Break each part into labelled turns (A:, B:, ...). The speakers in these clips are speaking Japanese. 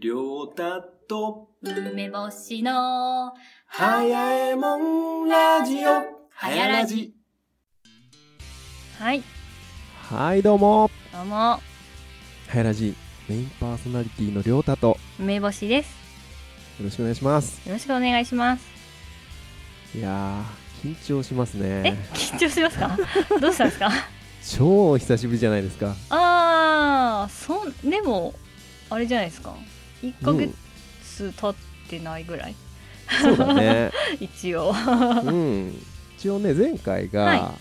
A: りょうたと、
B: 梅干しの、
A: はやえもんラジオ、はやラジ。
B: はい、
C: はいどうも
B: どうも、
C: はやらじメインパーソナリティのりょうたとよ
B: 梅干しです。
C: ろしくお願いします
B: よろしくお願いします。
C: いやー緊張します
B: え
C: ね、
B: 緊張します かどうしたんですか
C: 超久しぶりじゃないですか
B: あー、そん、でも、あれじゃないですか。1ヶ
C: うん
B: 月経ってないぐ らい、
C: そうだ ね
B: 一応。
C: うん一応ね前回
B: は
C: が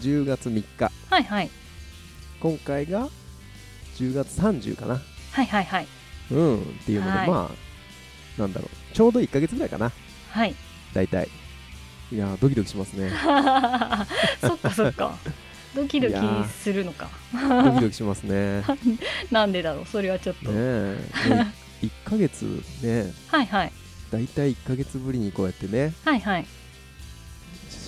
C: 10月3日、
B: はいはい、
C: 今回が10月30かな
B: はいはいはい、
C: うんっていうので、
B: はい
C: まあなんだろうちょうど1ヶ月ぐらいかな
B: はい。
C: 大体いやードキドキしますね
B: そっかそっか。ドキドキするのか。
C: ドキドキします ねね
B: なんでだろう、それはちょっと。
C: え1ヶ月ね
B: はいはい、
C: 大体1ヶ月ぶりにこうやってね
B: はいはい。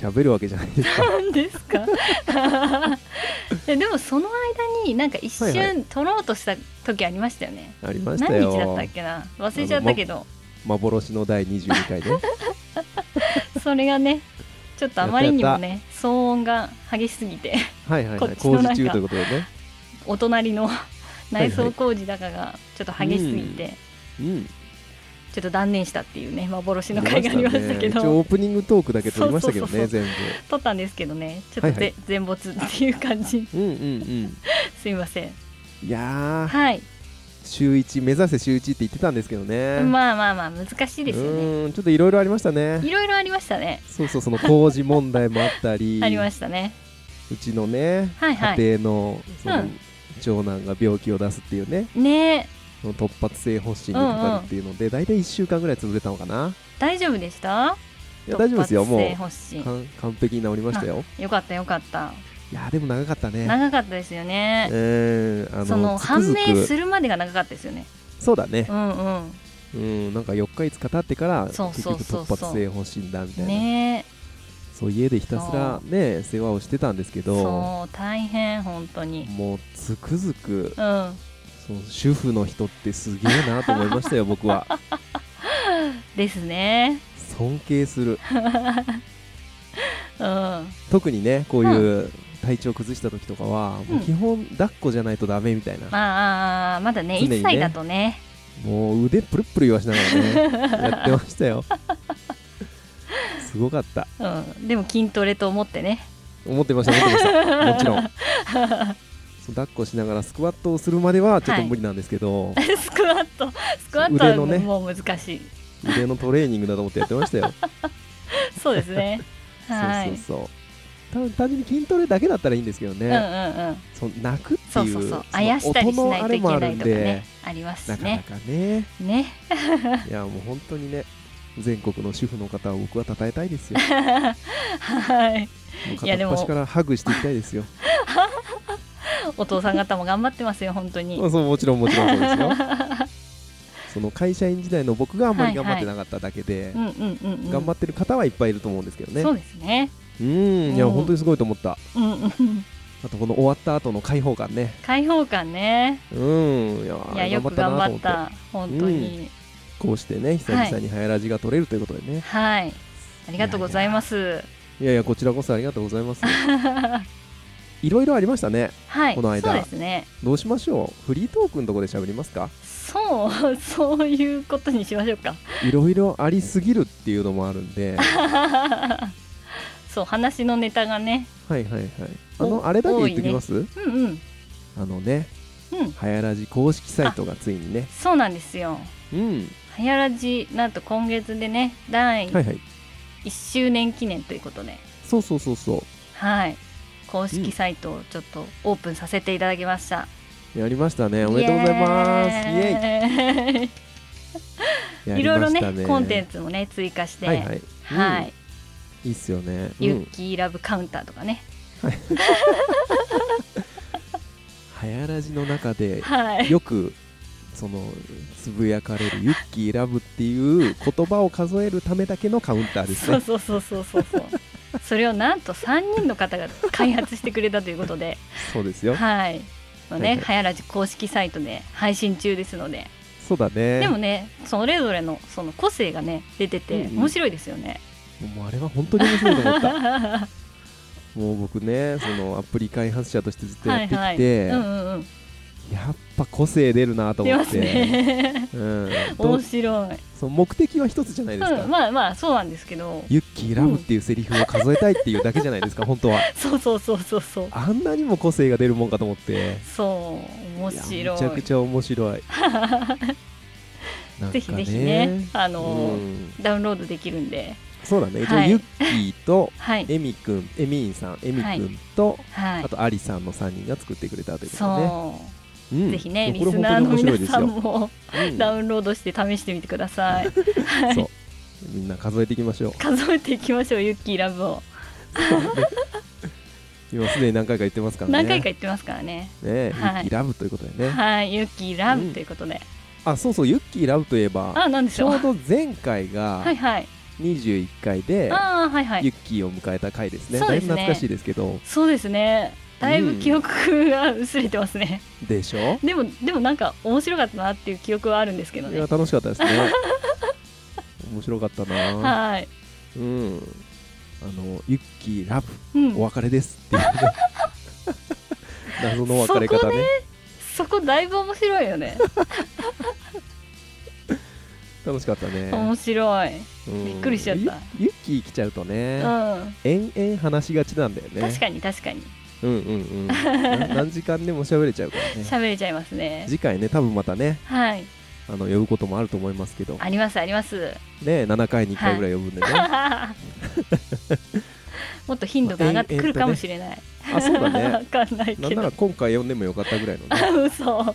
C: 喋るわけじゃないです か
B: なんです かいやでもその間になんか一
C: はいは
B: 瞬撮ろうとした時ありましたよね、
C: ありました
B: 何日だっ
C: よ
B: たっけな忘れちゃったけど、
C: 幻の第22回 ね
B: それがねちょっとあまりにもね騒音が激しすぎて
C: はいはい
B: こ
C: は
B: っ
C: い
B: ちの
C: 工
B: なんか
C: 事中ということでね
B: お隣の内装工事だかがちょっと激しすぎて、
C: うん
B: ちょっと断念したっていうね幻の回がありましたけ
C: 一応
B: ど
C: オープニングトークだけ撮りましたけど
B: そう
C: ね
B: そ
C: 全
B: 撮ったんですけどねちょっと
C: は
B: ぜ、
C: いはい
B: 全没っていう感じ
C: 部うんうん
B: すいません
C: うんいやー
B: はい
C: 週1目指せ週1って言ってたんですけどね
B: まあまあまあ難しいです
C: う
B: よね
C: ーんちょっといろいろありました
B: い
C: ね
B: ろいろありましたね
C: そうそうその工事問題もあったり
B: ありましたね
C: うちのね、
B: はいはい
C: 家庭のその、
B: うん
C: 長男が病気を出すっていうね
B: ねえ
C: その突発性発疹にかかるっていうので、大体1週間ぐらい潰れたのかな
B: 大丈夫でした
C: いや大丈夫ですよもう
B: 突発性発
C: 完完璧に治りましたよ
B: 疹よかったよかった
C: いやでも長かったね
B: 長かったですよね
C: うんあ
B: その
C: つく
B: 判
C: づく
B: 明するまでが長かったですよね
C: そうだね
B: うんうん
C: うんなんか4日5日経ってから
B: そう
C: 結
B: そう
C: 局
B: そう
C: 突
B: そう
C: 発性発疹だみたいな
B: ねえ
C: そう家でひたすらね世話をしてたんですけど
B: そう大変本当に
C: もうつくづく
B: うん
C: そう主婦の人ってすげえなと思いましたよ僕は
B: ですね
C: 尊敬する
B: うん
C: 特にねこういう体調崩した時とかは、もう基本抱っこじゃないとダメみたいな、
B: まあまだね
C: 常にね
B: 1歳だとね
C: もう腕プルプル言わしながらね やってましたよすごかった
B: うんでも筋トレと思ってね
C: 思ってました思ってましたもちろんそう抱っこしながらスクワットをするまではちょっと無理なんですけど、
B: スクワットスクワットは
C: 腕
B: も
C: の
B: う,、
C: ね
B: 難しい
C: 腕のトレーニングだと思ってやってましたよ
B: そうですね はい
C: そうそうそう単単純に筋トレだけだったらいいんですけど
B: うんう
C: ね、
B: んうん
C: そう泣くっていう
B: そうそうそう
C: そ
B: あやしたりし
C: の
B: ない
C: 音のあ
B: と
C: れ
B: いけ
C: もあ
B: な
C: る
B: い
C: ん
B: と
C: で
B: かねあります
C: な
B: し
C: かな
B: ね
C: かね
B: ね
C: いやもう本当にね全国の主婦の方を僕は称えたいですよ
B: はい、
C: もう
B: いやで
C: 片
B: も
C: っ端からハグしていきたいですよ
B: お父さん方も頑張ってますよ、本当に。
C: そうもちろんもちろんそうです よその会社員時代の僕があんまり頑張ってなかっただけで、
B: うんうんうん、うん、
C: 頑張ってる方はいっぱいいると思うんですけどね
B: そうですね。
C: うんいや
B: うん
C: 本当にすごいと思った
B: うんうんうん、
C: あとこの終わった後の開放感ね
B: 開放感ね。
C: うんいや
B: いや、よく頑張った、本当に。
C: こうしてね久々に流行らじが取れるということでね、
B: はい、ありがとうございます。
C: い、やいやこちらこそありがとうござい ますいろいろありましたね
B: はい、
C: この間
B: そうですね。
C: どうしましょうフリートークのとこで喋りますか
B: そう、 そういうことにしましょうか。
C: いろいろありすぎるっていうのもあるんで
B: そう、話のネタがね。
C: はいはいはいあ
B: お
C: のあれだけ言っときます、
B: うんうん、
C: あのね
B: うん、
C: はやらじ公式サイトがついにね
B: そうなんですよ。
C: うん
B: はやらじ、なんと今月でね、第
C: はいはい
B: 1周年記念ということで。
C: そうそうそうそう
B: はい公式サイトをちょっとオープンさせていただきました、
C: やりましたね。おめでとうございます。イエ
B: エーイ
C: イ。や
B: い
C: り
B: ろい
C: ま
B: ろ
C: した
B: ねコンテンツもね追加して
C: は
B: はいい、
C: はい。うんいいっすよね。う
B: ユッ
C: ん。
B: キーラブカウンターとかね
C: はやらじの中で
B: はい
C: よくそのつぶやかれるユッキーラブっていう言葉を数えるためだけのカウンターです
B: そう
C: ね。
B: そうそうそうそうそうそれをなんと3人の方が開発してくれたということで
C: そうですよ。
B: はいのね、
C: は
B: はい
C: はい
B: はやらじ公式サイトで配信中ですので
C: そうだね
B: でもねそれぞれのその個性がね出てて
C: うんうん
B: 面白いですよね、
C: もうあれは本当に面白いと思った もう僕ねそのアプリ開発者としてずっとやってきて、
B: うんうんうん
C: やっぱ個性出るなと
B: 出
C: 思っ
B: ま
C: て、
B: すね
C: うん、
B: 面
C: と
B: 白い、
C: その目的は一つじゃないですか、
B: うん、まあまあそうなんですけど
C: ユッキーラブっていうセリフを数えたいっていうだけじゃないです か、本当は。
B: そうそうそうそうそう
C: あんなにも個性が出るもんかと思って。
B: そう面
C: いや
B: 白
C: め
B: い
C: ちゃくちゃ面白い。なんかね
B: ぜひぜひねあのー
C: うん
B: ダウンロードできるんで
C: そうだね。一応、
B: はい
C: ユッキーと
B: はい
C: エミくん、エミーンさん、エミくんと、
B: はい
C: あとアリさんの3人が作ってくれたということでね。
B: そうう、
C: ん
B: ぜひね
C: い
B: リ
C: やこれ
B: スナーの
C: 本当に面白いで
B: 皆
C: す
B: さん
C: よ
B: も
C: うん
B: ダウンロードして試してみてくださ いはい
C: そう。みんな数えていきまし ょう。
B: 数えていきましょうユッキーラブを
C: 今すでに何回か言ってますからね。
B: 何回か言ってますからね
C: ね、ユ
B: はい
C: ッキーラブということでね。
B: はいユッキーラブということで、
C: あ、そうそう、ユッキーラブといえば、
B: あなんでし
C: ち
B: ょ
C: ょ
B: う
C: うど前回が
B: はいはい
C: 21回で、
B: ああはいは
C: ユ
B: い
C: ッキーを迎えた回ですね。
B: そうで
C: だ
B: すね
C: いぶ懐かしいですけど、
B: そうですねだいぶ記憶が薄れてますね、
C: でしょ
B: でもでもなんか面白かったなっていう記憶はあるんですけど
C: い
B: ね
C: や、楽しかったです ね。面白かったな
B: はい、
C: うん。あの、ユッキーラブ、
B: うん
C: お、別れですっていうね、 謎の別れ
B: そ
C: 方
B: こ
C: ね。
B: そこだいぶ面白いよね
C: 楽しかったね。
B: 面白い、
C: うん
B: びっくりしちゃった
C: ユユッキー来ちゃうとね、
B: うん
C: 延々話しがちなんだよね。
B: 確かに確かに
C: うんうんうん。な 何時間でも喋れちゃう からね。
B: 喋れちゃいますね
C: 次回ね、多分またね、
B: はい
C: あの呼ぶこともあると思いますけど、ね
B: ありますあります
C: 7回に1回ぐらい呼ぶんでね、
B: もっと頻度が上がってくるかもし れない、
C: あ そうだ
B: わ
C: ね、
B: かんない
C: なんな
B: けど
C: ら今回呼んでもよかったぐらいの ね。
B: 嘘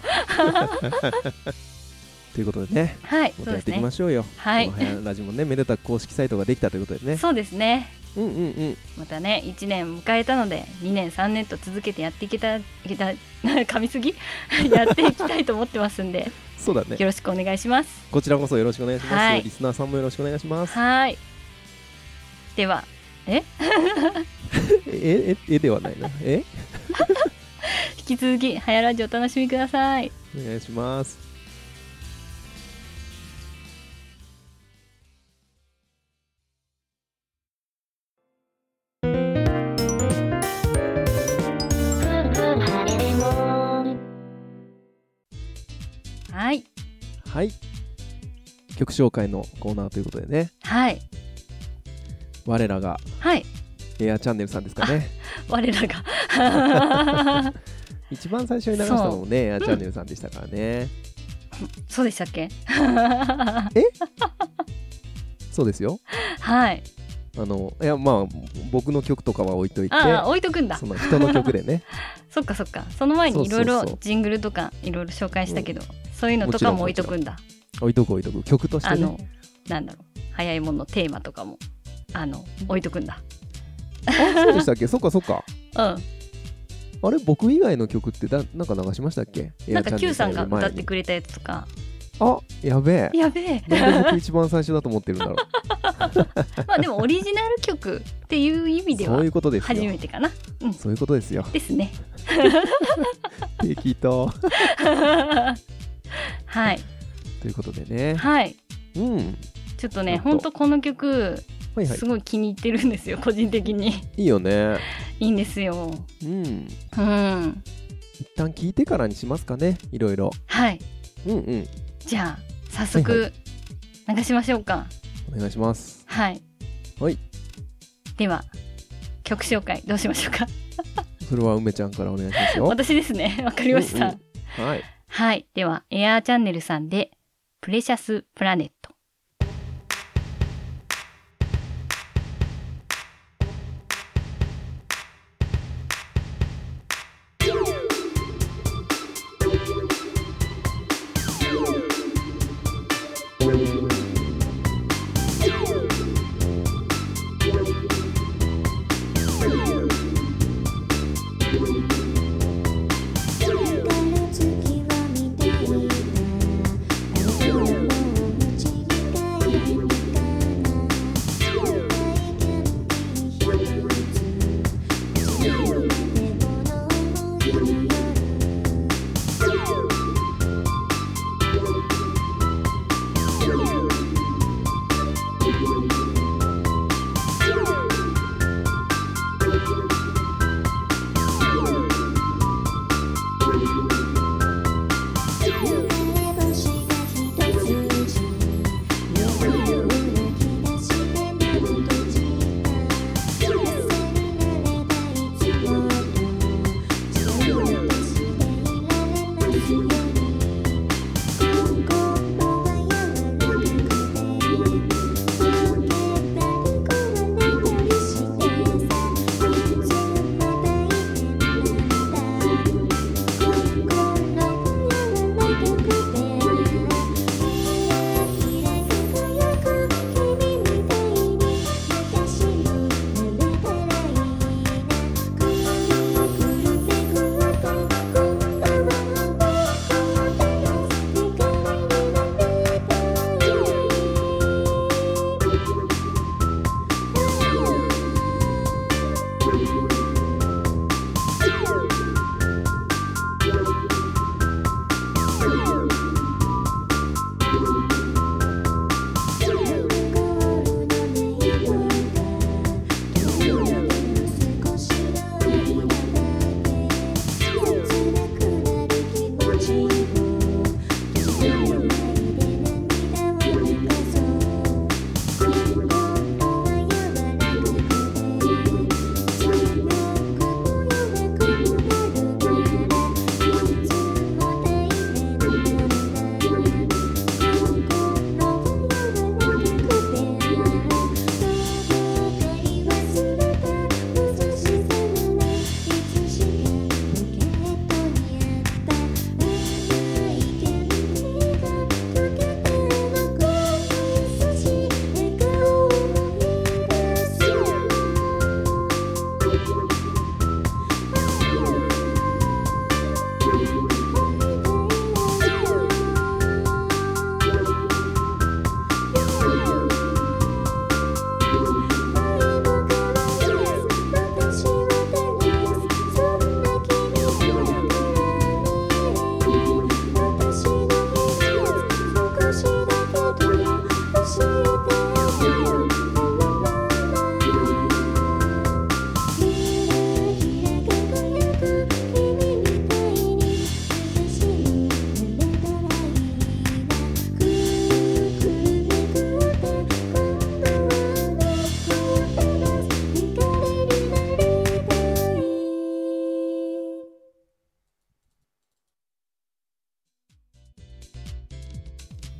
C: ということでね、
B: はい
C: もっ
B: そ
C: とや
B: うで
C: っ
B: す
C: ていき
B: ね
C: ましょうよ。
B: はい
C: この辺ラジもね、めでたく公式サイトができたということでね、
B: そうですね
C: うんうんうん、
B: またね1年迎えたので2年3年と続けてやっていけたいけた 噛みすぎ やっていきたいと思ってますんで
C: そうだね、
B: よろしくお願いします
C: こちらこそよろしくお願いします。
B: はい
C: リスナーさんもよろしくお願いします。
B: はいでは
C: え、え、えではないな、え、
B: 引き続き「はやラジオ」お楽しみください
C: お願いします。
B: はい
C: はい、曲紹介のコーナーということでね、
B: はい
C: 我らが
B: はい
C: エアチャンネルさんですかね。
B: 我らが
C: 一番最初に流したのもね、エアチャンネルさんでしたからね。
B: そうでしたっけ
C: そうですよ。
B: はい
C: あのいやまあ僕の曲とかは置いといて、
B: ああ置いとくんだ
C: その人の曲で ね、
B: そっかそっかその前にいろ
C: そうそ
B: い
C: うそ
B: ろ
C: う
B: ジングルとかいろいろ紹介したけど、そういうのとかも置いとくんだ
C: 置いとく置いとく曲とし
B: あ
C: てね
B: の、なんだろう、早いもののテーマとかも、あの、置いとくんだ。
C: あそうでしたっけ、そっかそっか。
B: う
C: あれ僕以外の曲ってだなんか流しましたっけ？
B: ん、なんか Q さんが
C: エアチャンネルよ
B: 歌っ
C: り前
B: て
C: に
B: くれたやつとか。
C: あやべえ。
B: やべえ。
C: なんで僕一番最初だと思ってるんだろう。
B: まあ、でもオリジナル曲っていう意味で
C: そ
B: は
C: ういうことです
B: 初
C: よ
B: め。てかな。
C: そういうことですよ。
B: ですね。
C: 適 当。
B: はい、
C: ということでね。
B: はい、
C: うん。
B: ちょっと
C: ち
B: ね、
C: ょっと
B: 本当この曲、
C: はいはい
B: す。ごい気に入ってるんですよ、個人的に。
C: いいよね。
B: いいんですよ。
C: うん。
B: うん、
C: 一旦聞いてからにしますかね。いろいろ。
B: はい、
C: うんうん。
B: じゃあ、早
C: はい
B: 速、流しましょうか。
C: お願いします。
B: はい。
C: はい。
B: では、曲紹介どうしましょうか。
C: それは梅ちゃんからお願いしますよ。
B: 私ですね。 わかりました。
C: うんうんはい。
B: はい。では、エアーチャンネルさんで、プレシャスプラネット。
D: 「月は見ていた」「あなたのもう夢中」「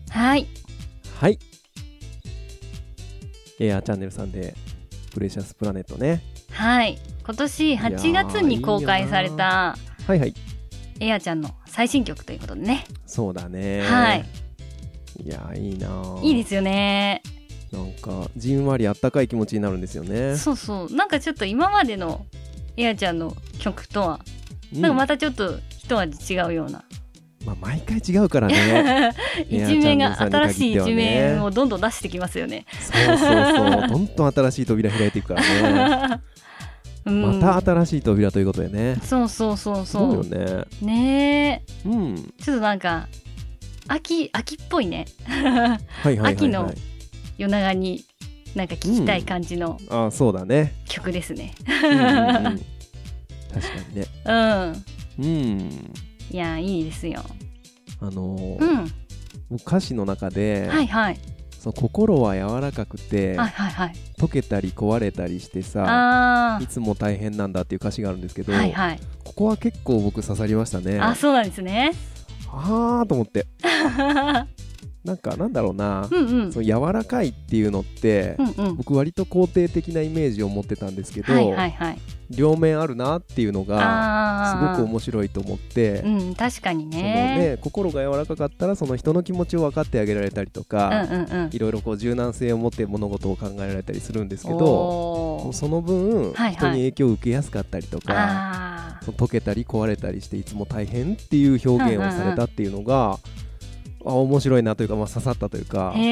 B: はい
C: はいエアチャンネルさんでプレシャスプラネットね
B: はい今年8月
C: いやーいいよ
B: に
C: な
B: 公開された
C: はいはい
B: エアちゃんの最新曲ということでね
C: そうだね
B: はい
C: いやーいいなー
B: いいですよね
C: なんかじんわりあったかい気持ちになるんですよね
B: そうそうなんかちょっと今までのエアちゃんの曲とはなんかまたちょっと一味違うような、
C: うんまあ毎回違うからね
B: 一面が
C: エアちゃんのさ
B: 新
C: に
B: しい
C: 限ってはね
B: 一面をどんどん出してきますよね。
C: そうそう そうどんどん新しい扉開いていくからね
B: うん、
C: また新しい扉ということでね
B: そうそうそう
C: そうよ
B: そ
C: ね
B: うね
C: うん
B: えちょっとなんか秋秋っぽいね
C: はいはいはい、はい、
B: 秋の夜長になんか聴きたい感じの
C: あそうだね
B: 曲ですね。
C: うんうんうん確かにね
B: うん、
C: うん
B: いやいいですよ。
C: あのー
B: うん、
C: 僕歌詞の中で、
B: はいはい
C: その心は柔らかくて、
B: はいはいはい。
C: 溶けたり壊れたりしてさ
B: あ
C: いつも大変なんだっていう歌詞があるんですけ
B: あ
C: ど、
B: はいはい。
C: ここは結構僕刺さりましたね
B: あそうなんですね。
C: あーと思ってなんかなんだろうな
B: う、んうん
C: その柔らかいっていうのって、
B: うんうん。
C: 僕割と肯定的なイメージを持ってたんですけど、
B: はいはいはい。
C: 両面あるなっていうのがす
B: ああ
C: ごく面白いと思って、
B: うん確かに
C: その
B: ね。
C: ね心が柔らかかったらその人の気持ちを分かってあげられたりとか、
B: うんうんうん。
C: いろいろこう柔軟性を持って物事を考えられたりするんですけど
B: おー
C: その分、
B: はいはい
C: 人に影響を受けやすかったりとか
B: あ
C: その溶けたり壊れたりしていつも大変っていう表現をされたっていうのが、あ面白いなというか、まあ、刺さったというか
B: あ。へ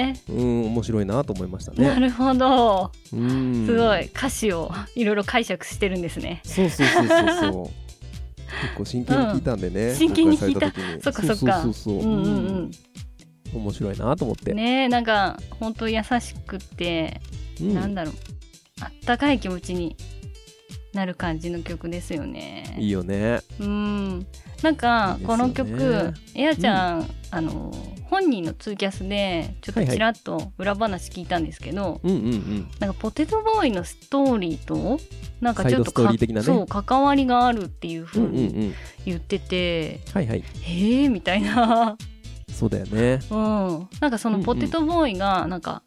B: え。
C: うん面白いなと思いました
B: な
C: ね。
B: るほど。
C: うん
B: すごい歌詞を いろいろ解釈してるんですね。
C: そうそうそう そうそう結構真剣に聞いたんでね、
B: うん真剣に聞い
C: 公
B: た
C: 開され
B: そったか
C: 時に
B: そっか。
C: そうそうそうそう
B: うんうん
C: うん面白いなと思っ
B: う
C: て、
B: ん。ねえなんか本当優しくって、
C: うん
B: なんだろうあったかい気持ちになる感じの曲ですよね。
C: いいよね
B: うん、なんか
C: いいです
B: こ
C: よね
B: の曲、エアちゃん、あの本人のツイキャスでちょ
C: は
B: っと
C: いはい
B: ちらっと裏話聞いたんですけど、
C: うんうんうん
B: なんかポテトボーイのストーリーとなんかちょっ
C: サイド
B: と
C: ストー
B: か
C: リー的なね
B: そう関わりがあるっていう
C: う
B: 風
C: んうん
B: に
C: うん
B: 言ってて、
C: はいはい
B: へえみたいな、
C: そうだよね
B: うん、なんかそ
C: うん
B: の
C: うん
B: ポテトボーイがなんか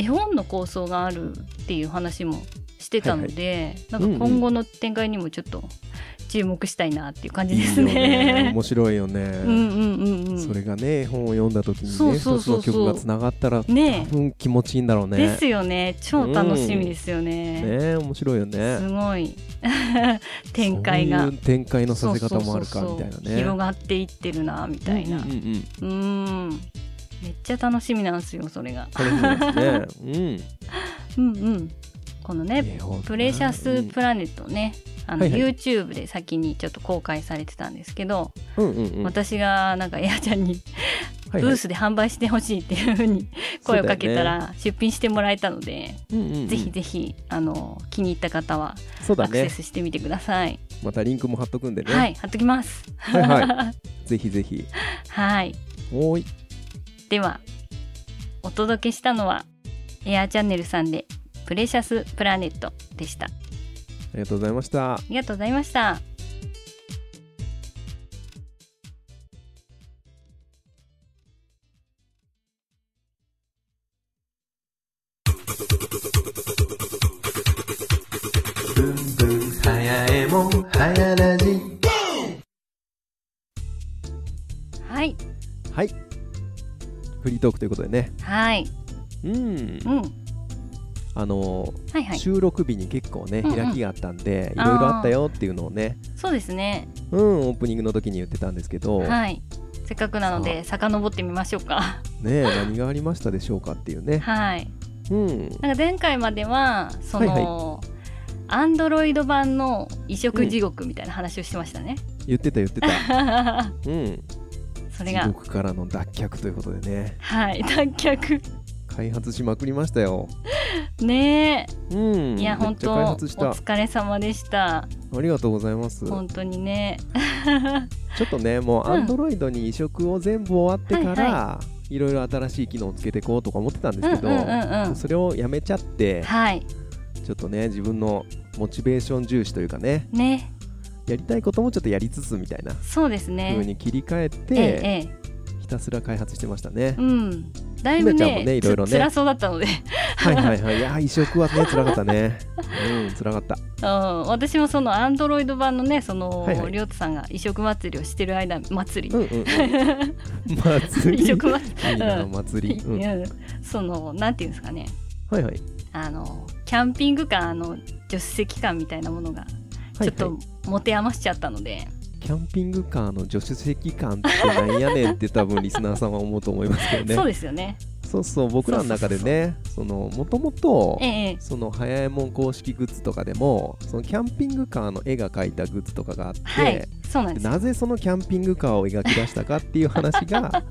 B: 絵本の構想があるっていう話もしてたので、
C: い
B: なんか今後の展開にもちょっと注目したいなっていう感じで
C: いい
B: す
C: よ
B: ね。
C: 面白いよね、
B: うんうんうんうん
C: それがね絵本を読んだ時にね
B: そうそうそうそ
C: 一
B: う
C: つの曲がつながったら多
B: ね
C: 分気持ちいいんだろう
B: え
C: ね
B: ですよね超楽しみですよね,、
C: ね面白いよね
B: すご い展開が
C: そういう展開のさせ方もあるか
B: そうそ
C: みたいう
B: うそ
C: な
B: そう
C: ね
B: 広がっていってるなみたいな
C: うん
B: う
C: うんうん
B: ーんめっちゃ楽しみなんですよそれが
C: 楽し みですね
B: うんうんこの
C: う
B: ね
C: ん絵本
B: プレシャスプラネットね、あの
C: はいはい
B: YouTube で先にちょっと公開されてたんですけど、
C: うんうんうんうん
B: 私がなんかエアちゃんに
C: は
B: ブ
C: いはい
B: ースで販売してほしいっていうふうに声をかけたら出品してもらえたので、
C: うんうんうん
B: ぜひぜひあの気に入った方は
C: そうだ
B: アクセ
C: ね
B: スしてみてください。
C: またリンクも貼っとくんでね
B: はい、貼っときます。
C: はいは ぜひぜひ
B: はい
C: おーい
B: ではお届けしたのはエアチャンネルさんでプレシャスプラネットでした。あ
C: ありがとうございました
B: りがとうございました。
A: ブンブンはやえもんはやラジ
B: はい
C: はいフリートークということでね
B: はい
C: うん
B: うん
C: あのー
B: はいはい
C: 収録日に結構ね
B: うんうん
C: 開きがあったんでいろいろあったよっていうのをね
B: そうですね。
C: うんオープニングの時に言ってたんですけどね
B: はい。せっかくなので遡ってみましょ うか。
C: え何がありましたでしょうかっていうね
B: はい。
C: うん
B: なんか前回まではその、アンドロイド版の移植地獄みたいな話をしてましたね。
C: 言ってた言ってたうん
B: それ
C: 地
B: が
C: 獄からの脱却ということでね
B: はい脱却
C: 開発しまくりましたよ
B: ね
C: うん
B: えいや
C: めっ
B: 本
C: ちゃ
B: 当
C: 開
B: お
C: 発した
B: 疲れ様でした
C: ありがとうございます
B: 本当にね
C: ちょっとねもう
B: うん
C: アンドロイドに移植を全部終わってから、
B: はい
C: いろいろ新しい機能をつけていこうとか思ってたんで
B: うん
C: す
B: う
C: け
B: んう
C: ど、
B: んうん
C: それをやめちゃって
B: はい
C: ちょっとね自分のモチベーション重視というかね
B: ね
C: やりたいこともちょっとやりつつみたいな
B: そうです
C: 風
B: ね
C: に切り替え
B: え
C: て、
B: えええ
C: 一ひたすら開発してましたね
B: う。んだいぶ
C: 姫ちゃんも
B: ね
C: ねいろいろね
B: つ辛そうだったので
C: はいはいはい。いやー、移植はね、辛かったね。うん、辛かった。
B: うん私もそのアンドロイド版のねその、
C: はいはい
B: りょうたさんが移植祭りをしてる間祭り、
C: うんうんうん。祭り。
B: 移植祭
C: いいな、
B: うん
C: 祭
B: り
C: り。、うん。
B: うんそのなんていうんですかね
C: はいはい。
B: あのキャンピングカーの助手席感みたいなものが
C: は
B: ち
C: い
B: ょっと持て余しちゃったので、
C: キャンピングカーの助手席感ってなんやねんって多分リスナーさんは思うと思いますけどね。
B: そうですよね
C: そうそう僕らの中でねそのもともと
B: ええ
C: その早いもん公式グッズとかでもそのキャンピングカーの絵が描いたグッズとかがあって、
B: はいそうな
C: で
B: んですよ
C: なぜそのキャンピングカーを描き出したかっていう話 が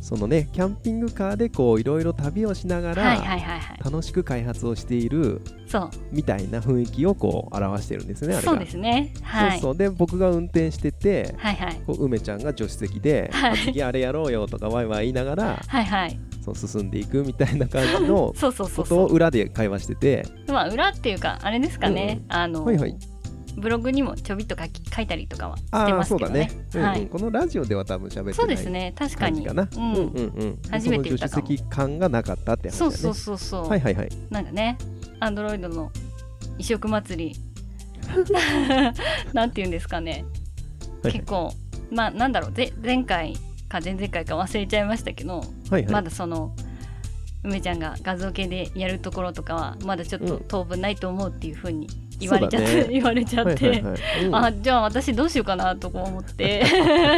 C: そのねキャンピングカーでこういろいろ旅をしなが
B: はいはい
C: ら
B: はいはい
C: 楽しく開発をしている
B: そう
C: みたいな雰囲気をこう表してるんですねあれが。
B: そうですねはい
C: そうそうで僕が運転してて
B: はいはい
C: こう梅ちゃんが助手席で、
B: はい
C: あ次あれやろうよとかワイワイ言いながら
B: はいはい
C: その進んでいくみたいな感じ の
B: そうそう
C: こ
B: そう
C: とを
B: そ
C: 裏で会話してて
B: うまあ裏っていうかあれですかね、あの、
C: はいはい
B: ブログにもちょびっと書き書いたりとかはして
C: ああー
B: ま
C: そ
B: す
C: う
B: け
C: だ
B: どね
C: ね、うんうん
B: はい、
C: このラジオでは多分喋ってない
B: そうですね確か
C: 感じ
B: に
C: かな
B: うん
C: うんうんうんで
B: 初めて言っ
C: そ
B: た
C: の
B: か
C: 助
B: も
C: 手席感がなかったって話だ
B: そ
C: よ
B: う
C: ね
B: そうそうそう、
C: はいはいはい
B: なんかねアンドロイドの移植祭り なんて言うんですかね
C: はい
B: 結構まあなんだろうぜ前回か前々回か忘れちゃいましたけど、
C: はいは
B: ま
C: い
B: だその梅ちゃんが画像系でやるところとかはまだちょっと
C: うん
B: 当分ないと思うっていうふうに言われちゃっ
C: そう
B: て、
C: だね
B: 言われちゃって、
C: はいはいはい
B: あじゃあ私どうしようかなとか思って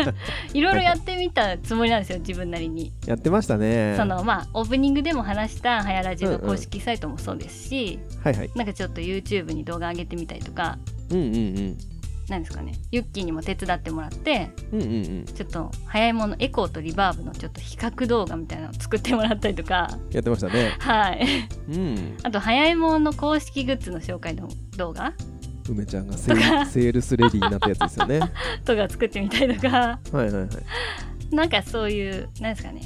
B: いろいろやってみたつもりなんですよ自分なりに。
C: うんやってましたね
B: そのまあオープニングでも話した「はやらじ」の公式サイトもそうですし、
C: はいはい
B: なんかちょっと YouTube に動画上げてみたりとか
C: うんうんうん
B: なんですかねユッキーにも手伝ってもらって
C: うんうんうん
B: ちょっと早いものエコーとリバーブのちょっと比較動画みたいなのを作ってもらったりとか
C: やってましたね
B: はい
C: うん
B: あと早いもの公式グッズの紹介の動画
C: 梅ちゃんがセールセールスレディーになったやつですよねは
B: とか作ってみたりと か
C: いはいはい
B: なんかそういうなんですかね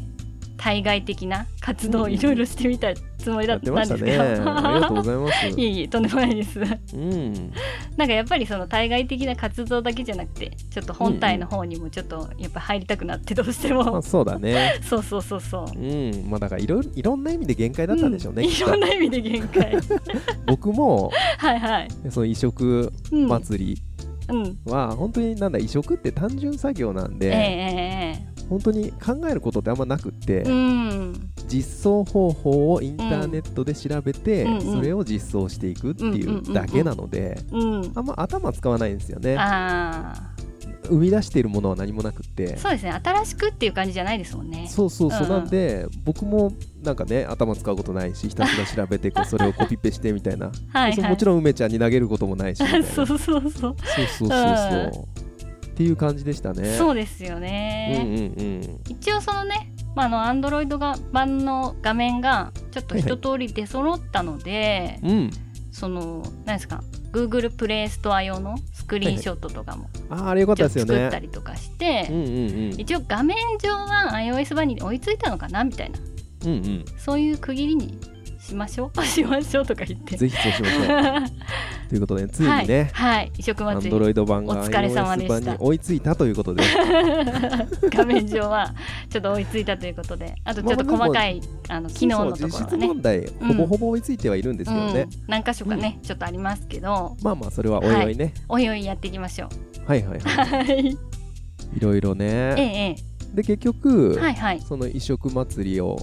B: 対外的な活動をいろいろしてみたつもりだ
C: や
B: っ
C: って
B: た
C: ま
B: ん
C: し
B: で
C: た
B: すけ
C: ね
B: ど、
C: ありがとうございます
B: いえいえとんでもないです
C: うん
B: なんかやっぱりその対外的な活動だけじゃなくてちょっと本体の方にもちょっとやっぱ入りたくなってどうしても、
C: まあそうだね
B: そうそうそうそう
C: うん、まあだからいろいろんな意味で限界だったんでしょうね、
B: うん
C: き
B: い
C: っと
B: ろんな意味で限界
C: 僕も
B: はいはい、
C: その移植
B: うん
C: 祭り
B: うん
C: は本当になんだ移植って単純作業なん
B: ええ
C: で、
B: え
C: 本当に考えることってあんまなくって、
B: えうん
C: 実装方法をインターネットで調べて、
B: うんうん
C: それを実装していくってい
B: んうんうんう
C: うんうだけなので、
B: うん
C: あんま頭使わないんですよね
B: あ
C: 生み出しているものは何もなくって
B: ーそうですね新しくっていう感じじゃないですもんね
C: そうそうそう、
B: うんうん
C: なんで僕もなんかね頭使うことないしひたすら調べて こうそれをコピペしてみたいな
B: はい
C: そう
B: はい
C: もちろん梅ちゃんに投げることもないしみたいな
B: そうそうそう、
C: そうそうそうそう。っていう感じでしたね。
B: そうですよ
C: うん
B: ね、
C: うんうん。
B: 一応そのねまあ、あのアンドロイドが版の画面がちょっと一通り出揃ったので、
C: うん。
B: その何ですか Google プレイストア用のスクリーンショットとかも
C: ああ、あれよかっ
B: ちょ
C: た
B: っ
C: です
B: と
C: よ
B: 作った
C: ね。
B: りとかして、
C: うんうん
B: 一応画面上は iOS 版に追いついたのかなみたいな
C: うん。うん
B: そういう区切りにしましょう しましょうとか言っ
C: うん。
B: て。
C: ぜひそうしましょう。 ということで、つい
B: は
C: に
B: い、
C: ね、
B: はい、移植
C: アン
B: 祭
C: ド
B: り
C: ロイド版が
B: お疲れ様
C: iOS
B: でした
C: 版に追いついたということで、
B: 画面上はちょっと追いついたということであとちょっと
C: まあまあ
B: 細かいあの機能のとこ
C: そう
B: ろ
C: そう実質
B: がね
C: 問題、ほぼほぼ追いついてはいるんです
B: う
C: けどね
B: ん。、何箇所かね、ちょっとありますけど
C: まあまあ、それはおいおいね。
B: おいおいやっていきましょう
C: はいはいは
B: はい
C: い。いろいろ
B: え
C: ね。
B: ええ
C: で、結
B: え
C: 局、
B: はいはい
C: その移植祭りを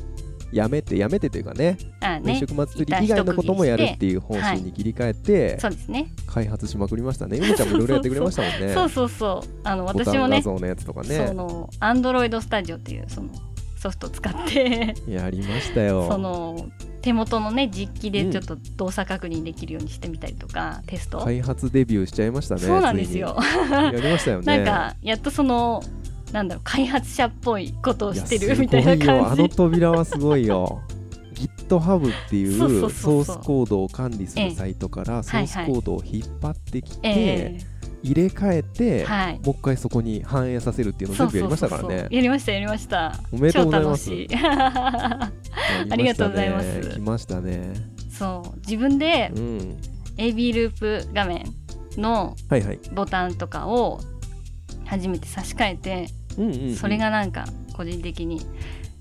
C: やめて、やめてというかね、
B: あ
C: 移
B: ね
C: 植祭り以外のこともやるっていう方針に切り替えて、
B: そうですね
C: 開発しまくりましたね。ゆめちゃんもいろいろやってくれましたもんね。
B: そうそうそうあの私
C: ボ
B: も
C: タン画
B: ね
C: 像のやつとか
B: そ
C: ね。
B: の Android スタジオっていうそのソフトを使って
C: やりましたよ。
B: その手元のね実機でちょっと動作確認できるようにしてみたりとか、テスト、
C: 開発デビューしちゃいましたね。
B: そうなんですよ、
C: ついに。やりましたよ
B: な
C: ね。
B: んかやっとそのなんだろう開発者っぽいことを
C: いや
B: してるみたいな
C: すごよあ
B: 感
C: の
B: じ
C: 扉はすごいよ。GitHub ってい
B: そうそううそ
C: ソ
B: うそう
C: ースコードを管理す
B: え
C: る
B: え
C: サイトからソースコードを引っ張ってきて、
B: え
C: 入れ替え
B: え
C: て、
B: はい
C: もう一回そこに反映させるっていうのを
B: そ
C: 全
B: う
C: 部や
B: そ
C: りまし
B: う
C: た
B: そう
C: から
B: そう
C: ね。
B: やりましたやりました
C: おめでとうございます
B: 超楽し
C: やりましたね
B: ありがとうございます
C: 来ましたね。
B: い そう自分で
C: うん
B: AB ループ画面の
C: はいはい。
B: ボタンとかを初めて差し替えて、
C: うんうんうん
B: それがなんか個人的に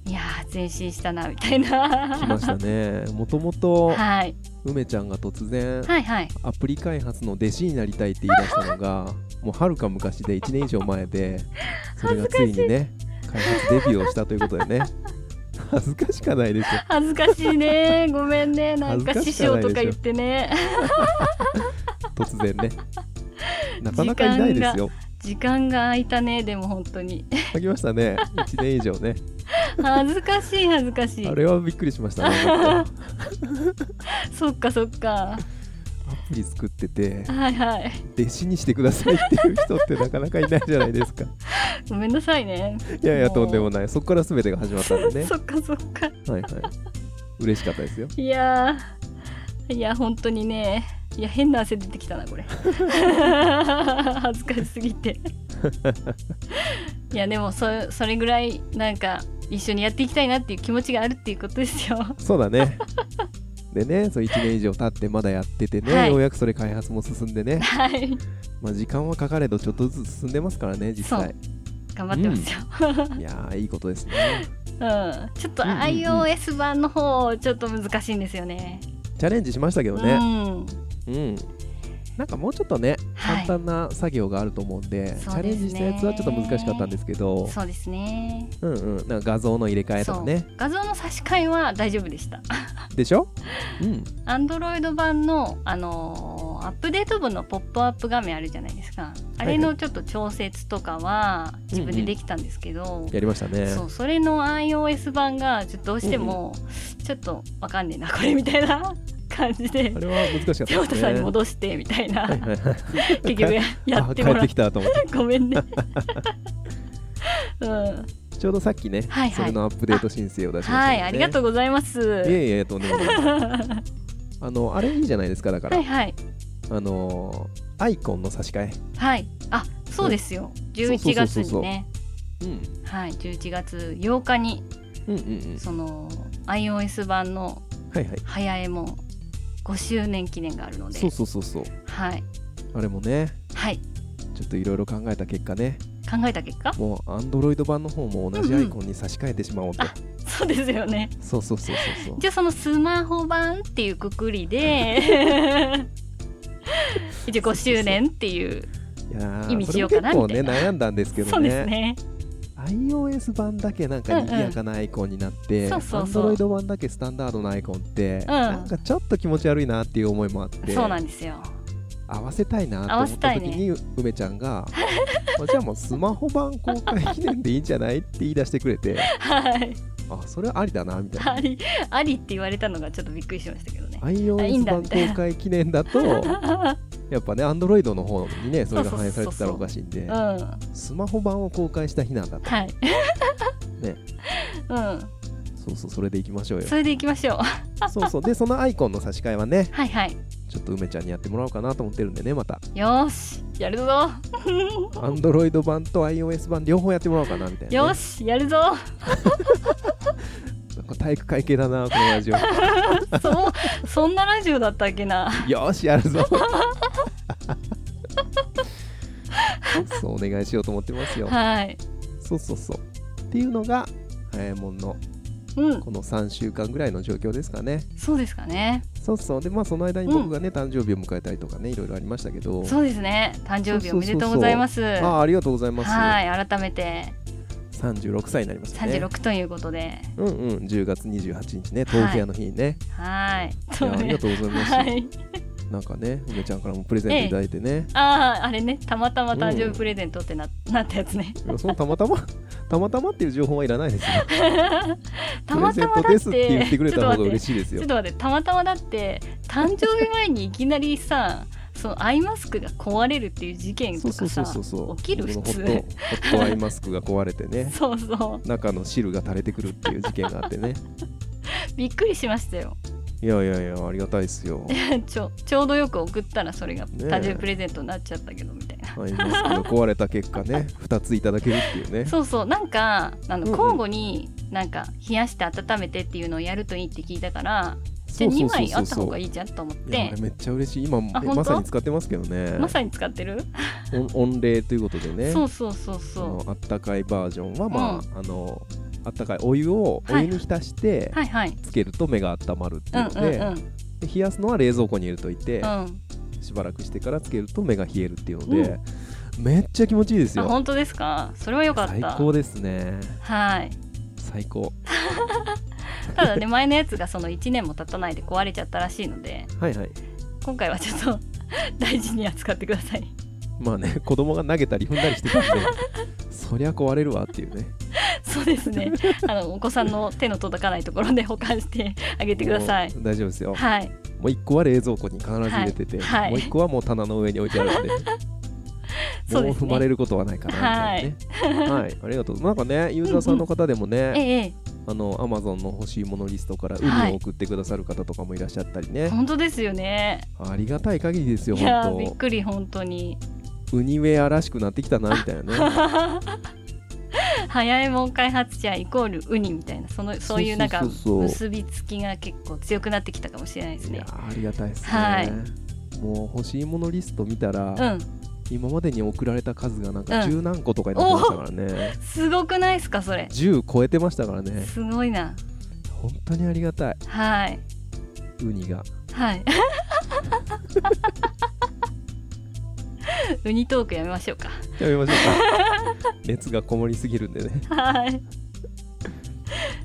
B: いやー前進したなみたいな
C: 来ましたねもともと
B: はい
C: 梅ちゃんが突然
B: はいはい
C: アプリ開発の弟子になりたいって言い出したの がもうはるか昔で1年以上前でそれがついにね開発デビューをしたということでね 恥ずかしかないですよ
B: 恥ずかしいねごめんねなんか
C: 恥
B: 師
C: ずかしくはな
B: 匠
C: いでしょ
B: とか言ってね
C: 突然ねなかなかいないですよ
B: 時間が空いたねでも本当に
C: 書きましたね1年以上ね
B: 恥ずかしい恥ずかしい
C: あれはびっくりしま したね僕
B: そっかそっか
C: アプリ作ってて
B: はいはい
C: 弟子にしてくださいっていう人ってなかなかいないじゃないです か
B: ごめんなさいね
C: いやいやとんでもないそこから全てが始まったんでね
B: そっかそっか
C: はいはい嬉しかったですよ
B: いやーいや本当にねいや変な汗出てきたなこれ 恥ずかしすぎていやでもそそれぐらいなんか一緒にやっていきたいなっていう気持ちがあるっていうことですよ
C: そうだねでねそう1年以上経ってまだやっててね、
B: はい
C: ようやくそれ開発も進んでね、
B: はい
C: まあ、時間はかかれどちょっとずつ進んでますからね実際
B: 頑張ってますよ、
C: いやーいいことですね
B: うん、ちょっと
C: うんうんうん
B: iOS 版の方ちょっと難しいんですよね。
C: チャレンジしましたけど
B: う
C: ね
B: ん、
C: うん、なんかもうちょっとね
B: は
C: 簡
B: い、
C: 単な作業があると思うんで,、
B: す
C: チ
B: ね
C: ャレンジしたやつはちょっと難しかったんですけど
B: そうですね。
C: う、んうん、なんか画像の入れ替えと
B: そ
C: か
B: う
C: ね、
B: 画像の差し替えは大丈夫でした。
C: でしょ、うん、
B: Android 版のあのーアップデート部のポップアップ画面あるじゃないですか。あ
C: は
B: れ
C: いは
B: のちょっと調節とかは自分でできたんですけど。
C: やりましたね
B: そうそれの iOS 版がちょっとどうしてもちょっとわかんねえなこれみたいな 感じで
C: あれは難しかった
B: 亮
C: です
B: 太
C: ね
B: さんに戻してみたいな
C: はいはい はい
B: 結局や
C: あ
B: っ
C: 帰
B: ても
C: っ
B: らっ
C: て
B: て
C: きたと思って
B: ご めんね。うん、
C: ちょうどさっきね、
B: はいはい
C: それのアップデート申請を出しましたのでね、
B: はい、ありがとうございます。
C: いえいえとんでもない あのあれいいじゃないですかだから、
B: はいはい。
C: あのーアイコンの差し替
B: はい。あ、そうですよ。
C: そうそうそ
B: 11
C: うそ
B: 月
C: うそう
B: にね、
C: え、うん、
B: はい、11月8日に
C: うんうんうん
B: その iOS 版の
C: はいはい
B: 早えも5周年記念があるので
C: そう、そうそうそう
B: はい
C: あれもね
B: はい
C: ちょっといろいろ考えた結果ね
B: 考えた結果、
C: もうアンドロイド版の方も同じ
B: うん
C: ア
B: うん
C: イコンに差し替えてしまおうと、
B: あそうですよね。
C: そうそうそうそうそう
B: じゃあそのスマホ版っていうくくりで。 一応5周年っていう
C: いやー
B: 意味しようかな
C: それも
B: み
C: 結構ね悩んだんですけ
B: そ
C: ど
B: う
C: ね
B: ですね
C: iOS 版だけなんか賑やかなアイコンになって、
B: うんうんそうそうそう
C: Android 版だけスタンダードなアイコンって、
B: ん
C: なんかちょっと気持ち悪いなっていう思いもあって
B: そうなんですよ
C: 合わせたいなと思った時に梅ちゃんが 「あじゃあもうスマホ版公開記念でいいんじゃない?」って言い出してくれ て
B: はい
C: あそれはありだなみたい な
B: ありありって言われたのがちょっとびっくりしましたけどね。いい
C: iOS
B: んだ
C: 版
B: みたいな
C: 公開記念だとやっぱね Android の方にねそれが反映されてたらおかしいんで
B: うん、は
C: スマホ版を公開した日なんだと
B: い。
C: ね
B: う
C: そうそうそれでいきましょう よ
B: ん、それでいきましょう。
C: そうそうでそのアイコンの差し替えはね
B: はいはい。
C: ちょっと梅ちゃんにやってもらおうかなと思ってるんでねまた
B: よーし、やるぞ。
C: Android 版と iOS 版両方やってもらおうかなみたいな、ね、
B: よし、やるぞ。
C: なんか体育会系だなこのラ ジオ
B: そう、そんなラジオだったっけな。
C: よーしやる ぞそうお願いしようと思ってますよ
B: はい。
C: そうそうそうっていうのが早いもんの
B: うん、
C: この3週間ぐらいの状況ですかね
B: そうですかね。
C: そうそうでまあその間に僕がね、誕生日を迎えたりとかねいろいろありましたけど
B: そうですね。誕生日お
C: そうそうそうそう
B: めでとうございます。
C: ああありがとうございます
B: はい、改めて
C: 36歳になりました
B: 三
C: ね
B: 十六ということで。
C: うんうん10月28日ね豆腐屋の日にね、
B: はい。
C: いやありがとうございます、
B: はい。
C: なんかね梅ちゃんからもプレゼントいただいてね、
B: ああ、あれね、たまたま誕生日プレゼントってな、なったやつね。
C: いやそのたまたま たまたまっていう情報はいらないですよ
B: たまたま
C: プ
B: だ
C: レ
B: っ
C: ゼントですって
B: て
C: 言ってくれた方が
B: ちょっと待って
C: 嬉しいです
B: ちょ
C: よ
B: っ。と待ってたまたまだって誕生日前にいきなりさそのアイマスクが壊れるっていう事件
C: そ
B: と
C: うそうそ
B: かさ
C: うそうそう。
B: 起きる
C: 僕
B: 普
C: のホット
B: 通
C: ホットアイマスクが壊れてね、
B: そうそ
C: 中の汁が垂れてくるっていう事件があ ってね。
B: うびっくりしましたよ
C: いやいやいやありがたいですよ。
B: ちょちょうどよく送ったらそれが
C: ねえ
B: 誕生日プレゼントになっちゃったけどみたいな、
C: アイマスクが壊れた結果ね、二ついただけるっていうね。
B: そうそうなんかあの
C: うんうん
B: 交互になんか冷やして温めてっていうのをやるといいって聞いたからじゃあ
C: そうそうそ
B: 2
C: うそう
B: 枚あった方がいいじゃんと思っ
C: いや
B: て
C: 俺めっちゃ嬉しい今
B: あ
C: え
B: 本当
C: まさに使ってますけどね
B: まさに使ってる、
C: お御礼ということでね
B: そうそうそうそ
C: あったかいバージョンはま
B: う
C: ああのあったかいお湯をお
B: はい
C: 湯に浸して
B: うはいはい
C: つけると目が温まるって
B: う
C: いうんの
B: うん
C: で
B: うん
C: で冷やすのは冷蔵庫に入れといて
B: うん
C: しばらくしてからつけると目が冷えるっていうのでめっちゃ気持ちいいです
B: あ
C: よ
B: 本当ですかそれは良かった
C: 最高ですね
B: はい
C: 最高
B: ただね前のやつがその1年も経たないで壊れちゃったらしいので
C: はいはい
B: 今回はちょっと 大事に扱ってください
C: まあね 子供が投げたり踏んだりしてたんで そりゃ壊れるわっていうね
B: そうで すねあのお子さんの手の届かないところで保管してあげてください
C: もう大丈夫ですよ
B: はい
C: もう一個は冷蔵庫に必ず入れてて、
B: はいはい
C: もう一個はもう棚の上に置いてあるんで
B: そう
C: もう
B: です
C: 踏まれ
B: ね
C: ることはないかなみたいなね。はい、ありがとう。なんかね、ユーザーさんの方でもね、
B: えええ
C: あのアマゾンの欲しいものリストから
B: は
C: ウ
B: い
C: ニを送ってくださる方とかもいらっしゃったり
B: え
C: ね。
B: 本当ですよね
C: ありがたい限りですよ、
B: いやーびっ
C: 本
B: くり本当に
C: 当。ウニウェアらしくなってきたなみたいな ね。
B: 早いもん開発者イコールウニみたいなそのそういうなんか
C: そうそうそうそう
B: 結びつきが結構強くなってきたかもしれないです
C: い
B: ね
C: やーありがたいですね。
B: はい
C: もう欲しいものリスト見たら、
B: うん
C: 今までに送られた数がなんか
B: うん
C: 十何個とかになってましたからね。
B: すごくないですかそれ
C: 10超えてましたからね。
B: すごいな
C: 本当にありがたい。
B: はい
C: ウニが。
B: はいウニトークやめましょうか
C: やめましょう か熱がこもりすぎるんでね
B: はい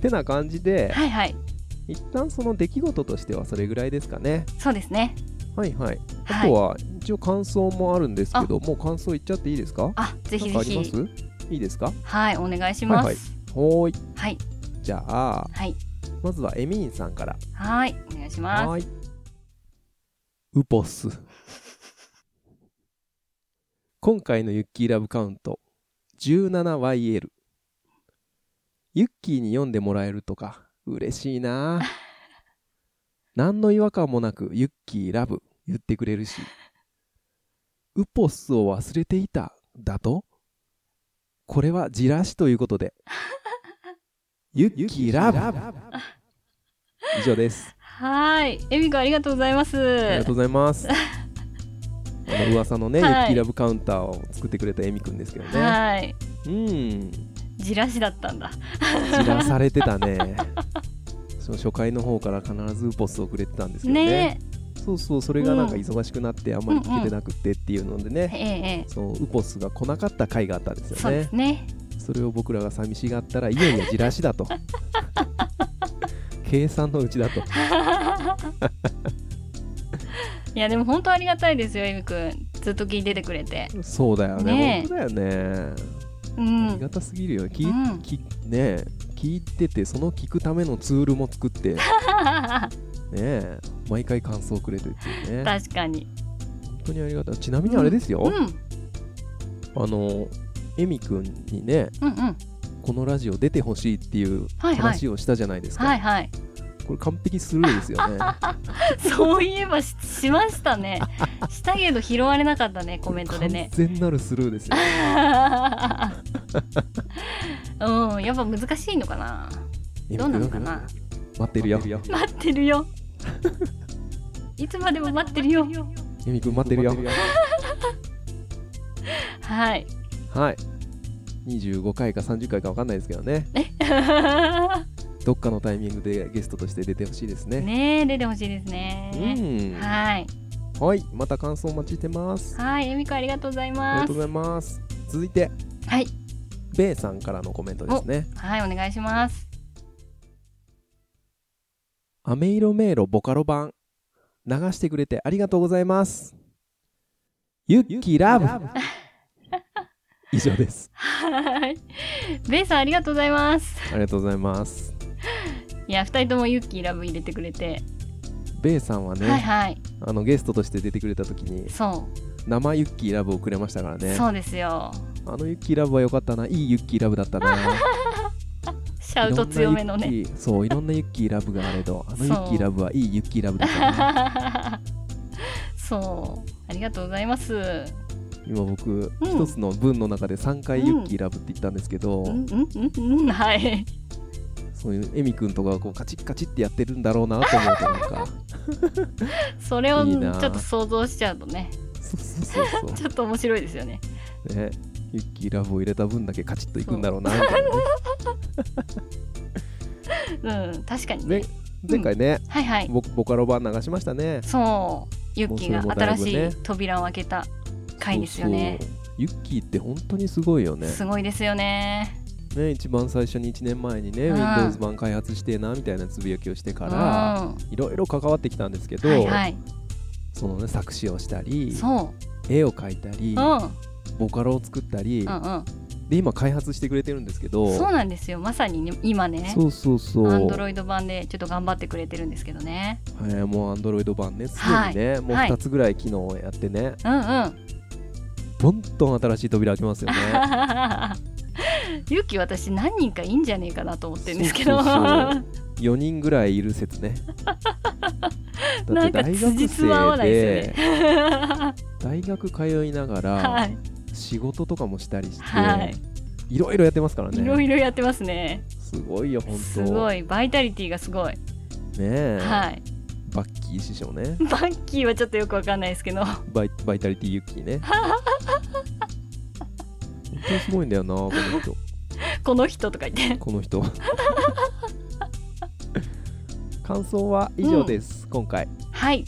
C: てな感じで
B: はいはい
C: 一旦その出来事としてはそれぐらいですかね
B: そうですね
C: はいはいあ
B: は
C: と
B: い
C: は一応感想もあるんですけどもう感想言っちゃっていいですか
B: あぜひぜ
C: なんかありま
B: ひ
C: すいいですか
B: はいお願いしま
C: はい
B: す
C: ほーい
B: はい
C: じゃあ
B: はい
C: まずはエミーンさんから
B: はいお願いしま
C: はーいウポス 今回のユッキーラブカウント 17YL ユッキーに読んでもらえるとか嬉しい な何の違和感もなくユッキーラブ言ってくれるしウポスを忘れていただとこれはじらしということ でユッキーラブ以上です
B: すはいエミコありがとうございます
C: ありがとうございます。あの噂のね、ユ
B: はい
C: ッキーラブカウンターを作ってくれたエミくんですけどね。
B: はい
C: うん、じ
B: じらしだったんだ
C: らされてたね。その初回の方から必ずウポスをくれてたんですけどね。
B: ね
C: そうそう、それがなんか忙しくなって、あんまり聞けてなくてっていうので
B: え
C: ね。
B: ええ
C: そのウポスが来なかった回があったんです
B: そ
C: よ
B: うで
C: ね
B: す。ね
C: それを僕らが寂しがったら、いやいや、じらしだ と。計算のうちだと。
B: いやでも本当ありがたいですよエミくんずっと聞いててくれて
C: そうだよ
B: ね
C: ね。本当だよね。
B: う
C: あり
B: ん
C: がたすぎるよ聞,、
B: うん
C: きねえ聞いててその聞くためのツールも作って ねえ毎回感想くれてるっていうね
B: 確かに
C: 本当にありがたいちなみにあれですよ、
B: うんうん
C: あのエミくんにね
B: うん
C: このラジオ出てほしいっていう
B: はいはい
C: 話をしたじゃないですか、
B: はいはい
C: これ完璧スルーですよね
B: そういえばししましたね。したけど拾われなかったね、 コメントでね。
C: 完全なるスルーですよ
B: うん、やっぱ難しいのかな。
C: エミ君
B: どうなのかな
C: 待ってるよ
B: 待ってるよ。いつまでも待ってるよ。
C: エミくん待ってるよ
B: はい。
C: はい25回か30回か分かんないですけどねどっかのタイミングでゲストとして出てほしいですね
B: ねえ、出てほしいです
C: う
B: ね。
C: ん
B: はい。
C: はい、また感想お待ちしてます。あ
B: はい、えみこありがとうござい
C: りが
B: ま
C: と
B: す
C: うご。ざいます。続いて、
B: はい。
C: ベイさんからのコメントですね。
B: はい、お願いします。
C: 飴色迷路ボカロ版。流してくれてありがとうございます。ユッキーラブ。 以上です。
B: はい。ベイさん、ありがとうございます。
C: ありがとうございます。
B: いや、二人ともユッキーラブ入れてくれて。
C: ベイさんはね、
B: はいはい。
C: あのゲストとして出てくれた時に
B: そう。
C: 生ユッキーラブをくれましたからね。
B: そうですよ
C: あのユッキーラブは良かったな。いいユッキーラブだったな。
B: シャウト強め
C: いろ
B: の
C: んな
B: ね
C: ユッキー。そう、いろんなユッキーラブがあれど、あのユッキーラブはいいユッキーラブだったな。
B: そうありがとうございます
C: 今僕
B: うん
C: 一、つの文の中で3回ユッキーラブって言ったんですけど、
B: うんうんうんうんはい
C: そういうエミ君とかがこうカチッカチッってやってるんだろうなと思うとなんか
B: それを
C: い
B: ち
C: いな
B: ょっと想像しちゃうとね
C: そうそうそうそ
B: ちょっと面白いですよね
C: うねユッキーラブを入れた分だけカチッといくんだろ うなみたいなね、
B: うん確かにね
C: ね前回ね、
B: はいはい
C: ボボカロ版流しましたね
B: そうユッキー
C: もうそ
B: が
C: れもだ
B: 新
C: いぶ
B: し
C: ね
B: い扉を開けた回ですよね
C: そうそうユッキーって本当にすごいよね
B: すごいですよね
C: ね一番最初に1年前にね、
B: うん
C: Windows 版開発してえなみたいなつぶやきをして
B: う
C: か
B: ん
C: ら、
B: はい
C: ろいろ関わってきたんですけど、
B: いはい
C: そのね作詞をしたり
B: そ
C: 絵を描いたり
B: ううん
C: ボカロを作ったり、
B: うんうん
C: で今開発してくれてるんですけど
B: そうなんですよまさにね今ね
C: そうそうそう
B: アンドロイド版でちょっと頑張ってくれてるんですけどね
C: えーもうアンドロイド版ねすでにね、もう
B: はい
C: 2つぐらい機能をやってね、
B: うんうん
C: どんどん新しい扉開けますよね
B: ユッキー私何人かいいんじゃねえかなと思ってるんですけど
C: そうそう4人ぐらいいる説 ねだ
B: な
C: って
B: んか
C: 大
B: 辻
C: 学
B: 褄合わ
C: 生
B: ないで
C: です
B: よね
C: 大学通いなが
B: は
C: ら
B: い
C: 仕事とかもしたりして、
B: はい
C: いろいろやってますから
B: いろ
C: ね
B: いろやってますね
C: すごいよ本当
B: すご
C: ね
B: いバイタリティがすごい、
C: え、
B: はい
C: バッキー師匠ね
B: バッキーはちょっとよくわかんないですけど
C: バイバイタリティユッキーね本当にすごいんだよなこの人
B: この人とか言って
C: この人感想は以上です、今回
B: はい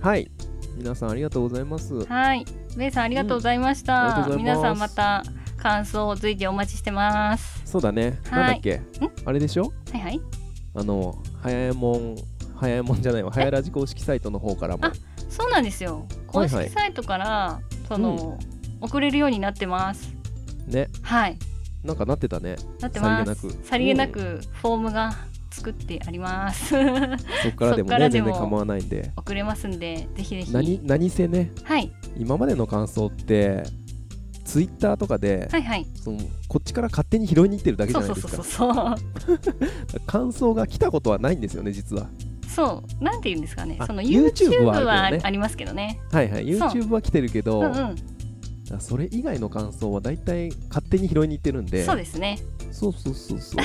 C: はい皆さんありがとうございます
B: はいベイさんありがとうございまし
C: うんありが
B: た、
C: とうござい
B: 皆
C: ます
B: さんまた感想を随時お待ちしてます
C: そうだね、
B: はい
C: なんだっけあれでしょ
B: はいはい
C: あの早いもん早いもんじゃないわ早ラジ公式サイトの方からも
B: あそうなんですよ
C: は
B: 公
C: いはい
B: 式サイトから、その、送れるようになってます
C: ね
B: はい
C: なんかなってたね
B: なってます
C: さりげなく
B: さりげなくフォームが作ってあります
C: そっからでも
B: そっ
C: ね
B: からで
C: 全
B: も
C: 然構わないんで
B: 送れますんでぜひぜひ
C: 何何せね
B: はい
C: 今までの感想ってツイッターとかで、
B: はいはい
C: そのこっちから勝手に拾いに行ってるだけじ
B: そ
C: ゃ
B: う
C: ない
B: そう
C: です
B: そう
C: か
B: そうそう
C: 感想が来たことはないんですよね実は
B: そうなんて言うんですかね
C: あ
B: その
C: YouTube
B: YouTube
C: はあるよね
B: はありますけどね
C: はいはい
B: そう
C: YouTube は来てるけど、
B: うんうん
C: だからそれ以外の感想は大体勝手に拾いに行ってるんで
B: そうですね
C: そうそうそうそう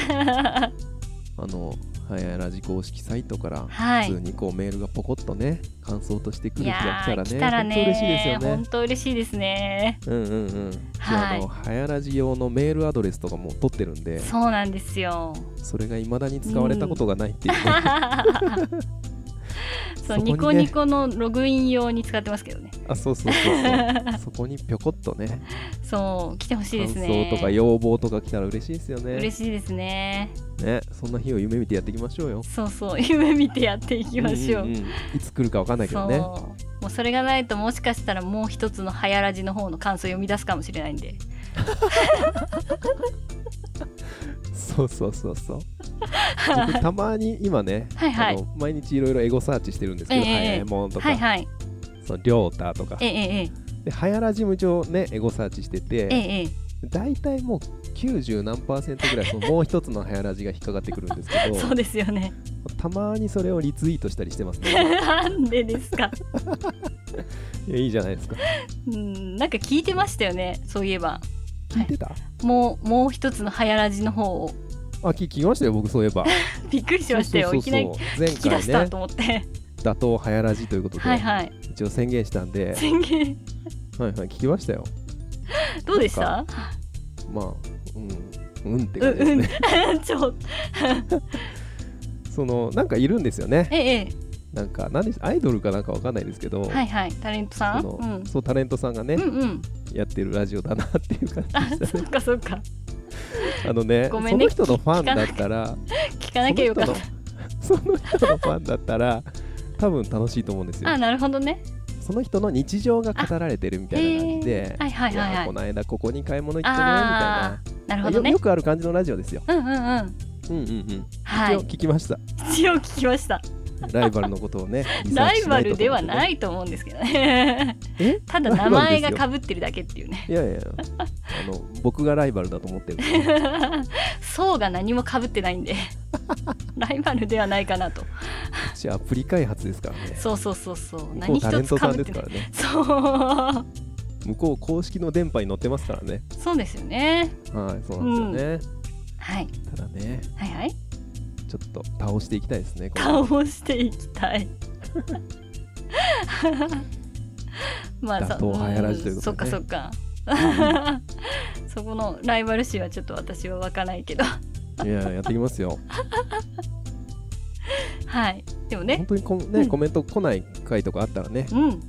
C: あのはやラジ公式サイトから
B: は
C: 普通
B: い
C: にこうメールがポコッとね感想としてくる
B: い
C: 日が
B: やー
C: 来
B: 来
C: た
B: た
C: ら
B: ら
C: ね
B: ね
C: 本当嬉しいですよ
B: 本
C: ね
B: 当嬉しいですね
C: うんうんうんじゃあ
B: はい
C: あのはやラジ用のメールアドレスとかも取ってるんで
B: そうなんで すよ
C: それが未だに使われたことがないっていうね、 そ
B: そ
C: うこにね
B: ニコニコのログイン用に使ってますけどね
C: あそうそうそうそうそこにぴょこっとね
B: そう来てほしいで
C: 感
B: す
C: 想
B: ね
C: とか要望とか来たら嬉しいですよね
B: 嬉しいですね
C: ねそんな日を夢見てやっていきましょうよ
B: そうそう夢見てやっていきましょう,、
C: んんんいつ来るかわかんないけ
B: そ
C: ど
B: う
C: ね
B: もうそれがないともしかしたらもう一つの「はやらじ」の方の感想を読み出すかもしれないんで
C: そうそうそうそう。僕たまに今ね、
B: はいはい
C: あの毎日いろいろエゴサーチしてるんですけど、
B: ええ
C: はやもんとか、
B: はいはい
C: そのりょうたとか
B: え、ええ
C: ではやらじも一応ねエゴサーチして
B: ええ
C: て、
B: ええ
C: 大体もう90何パーセントぐらいそのもう一つのはやらじが引っかかってくるんですけ
B: え
C: ど、
B: そうですよね
C: たまにそれをリツイートしたりしてます ね。
B: なんでですか
C: いやいいじゃないですか。
B: うんなんか聞いてましたよねそういえば
C: 聞いてた？
B: もうもう一つの「はやらじ」の方を
C: あ聞聞きましたよ僕そういえば。
B: びっくりしましたよ
C: そう
B: い
C: そ
B: き
C: う
B: な
C: そう
B: り
C: 前
B: 聞き出
C: 回
B: した
C: ね
B: と思って
C: 打倒はやらじということで、
B: はいはい
C: 一応宣言したんで、
B: 宣言
C: はいはい聞きましたよ。
B: どうでした
C: まあうんうんって
B: う
C: 感じです
B: ん
C: ね
B: う。ん ちょ
C: そのなんかいるんですよね
B: えええ
C: なんか何でしアイドルかなんかわかんないですけど、
B: えはいはいタレントさん
C: そうの
B: ん
C: そうタレントさんがね、
B: うんうん
C: やってるラジオだなっていう感
B: あ
C: じでし
B: そ
C: た
B: っ
C: ね
B: かそっか
C: あのね
B: ごめ
C: そ
B: んね
C: の人のファンだったら
B: 聞かなきゃよかっ
C: その人の その人のファンだったら多分楽しいと思うんです
B: た
C: よ
B: あなるほどね
C: その人の日常が語られてるみたいな感じで、
B: はいはいはい
C: や
B: は
C: こ
B: い
C: の間ここに買い物行ってねみたい
B: あ
C: な
B: ーなるほど
C: よ
B: ね
C: よくある感じのラジオですよ。
B: うんうんう
C: う
B: ん
C: んうんうん。
B: は
C: 一応
B: い
C: 聞きました。
B: 一応聞きました
C: ライバルのこと をね。リサー
B: ラ
C: チ
B: イ
C: しな
B: バ
C: いと
B: ルでは
C: と思っ
B: な
C: てね。
B: いと思うんですけどね
C: え？
B: ただ名前が被ってるだけっ ていうね
C: いやいやいやあ の僕がライバルだと思ってるんで
B: 層が何も被ってないんで ライバルではないかなと
C: うちアプリ開発ですからね
B: そうそうそうそう
C: 向こ
B: 何
C: う
B: 一
C: タレン
B: つ
C: ト
B: 被
C: さ
B: っ
C: んです
B: て
C: か
B: な
C: ら
B: い
C: ね
B: そう
C: 向こう公式の電波に乗ってますからね
B: そうですよね
C: はいそうなんですよね、
B: はい
C: ただね
B: はいはい
C: ちょっと倒していきたいですねこれ
B: 倒していき たいまあ
C: 打倒ハヤラジということ
B: そっ
C: で
B: か
C: ね
B: そっかそこのライバル視はちょっと私は湧かないけど
C: いややっていきますよ
B: はいでも
C: 本
B: ね
C: 当にこ、
B: う
C: ね、
B: ん
C: コメント来ない回とかあったらね
B: うん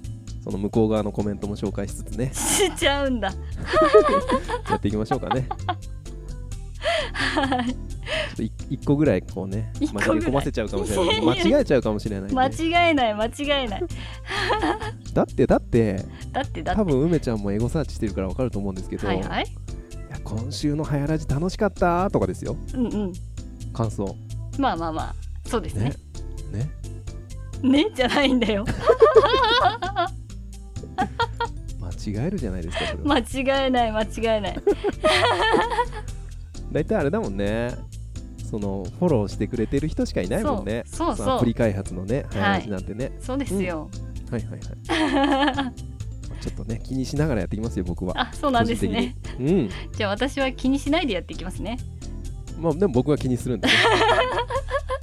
C: その向こう側のコメントも紹介しつつね
B: しちゃうんだ
C: やっていきましょうかねちょ
B: はい
C: っとい一個ぐらいこうね
B: 一個
C: 紛
B: ぐらい
C: れ込ませちゃうかもしれない
B: いやいや
C: 間違えちゃうかもしれないね、
B: 間違えない間違えない
C: だってだって
B: だってだっ
C: 多分梅ちゃんもエゴサーチしてるからわかると思うんですけ
B: て
C: ど、
B: はいいはい
C: や今週の「はやらじ楽しかった」とかですよ
B: うんうん
C: 感想
B: まあまあまあそうですね
C: ねね
B: ねじゃないんだよ
C: 間違えるじゃないですかそれは
B: 間違えない間違えない
C: 大体あれだもんねそのフォローしてくれてる人しかいないもんね
B: そうそ
C: そ
B: うそう
C: のアプリ開発のね「はやらじなんてね、
B: そうですよ、
C: はいはいはい ちょっとね気にしながらやっていきますよ僕は
B: あそうなんですね
C: 個人的に
B: じゃあ私は気にしないでやっていきますね
C: うんまあでも僕は気にするん でね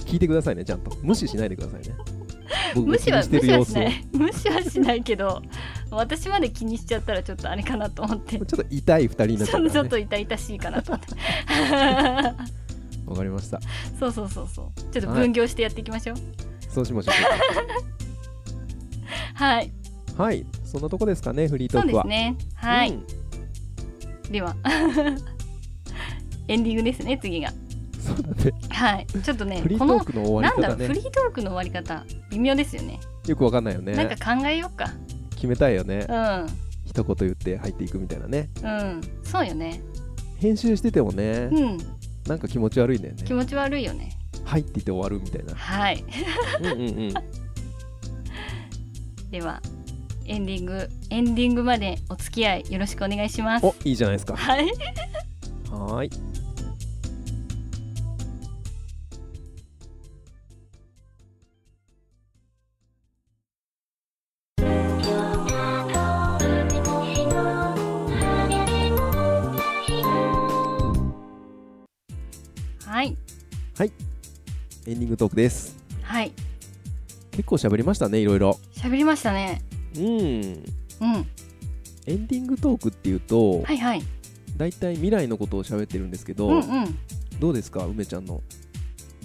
C: 聞いてくださいねちゃんと無視しないでくださいね僕
B: 無
C: が気
B: 視
C: に
B: は
C: して
B: 無
C: る
B: 視
C: 様
B: はし
C: 子を
B: ない 無視はしないけど私まで気にしちゃったらちょっとあれかなと思って
C: ちょっと痛い二人になっち
B: そ
C: ゃう
B: の
C: か
B: ち
C: ら
B: ょっ
C: ね
B: と痛々しいかなと思って
C: わかりました
B: そうそうそうそうちょっと分業してやっていきましょう
C: そうしましょう
B: はい、
C: かはいそんなとこですかねフリート
B: そう
C: ー
B: で
C: クは
B: すねはい、
C: うん
B: では エンディングですね次が
C: そうだね
B: はいちょっとね
C: フリー
B: こ
C: ト
B: の
C: ークの終わ
B: なん
C: り
B: だ
C: 方
B: ろう、フ
C: ね
B: リートークの終わり方微妙ですよね
C: よくわかんないよ
B: なん
C: ね
B: か考えようか
C: 決めたいよね
B: うん
C: 一言言って入っていくみたいなね
B: うんそうよね
C: 編集しててもね
B: うん
C: なんか気持ち悪いんだよね
B: 気持ち悪いよね
C: 入っていって終わるみたいな
B: はい
C: うんうんうん
B: ではエンディングエンディングまでお付き合いよろしくお願いします
C: おいいじゃないですか
B: はい
C: はーい
B: はい
C: エンディングトークです
B: はい
C: 結構喋りましたねいろいろ
B: 喋りましたね
C: うんエ
B: うん
C: ンディングトークっていうと、
B: はいはい
C: だいたい未来のことを喋ってるんですけど、
B: うんうん
C: どうですか梅ちゃんの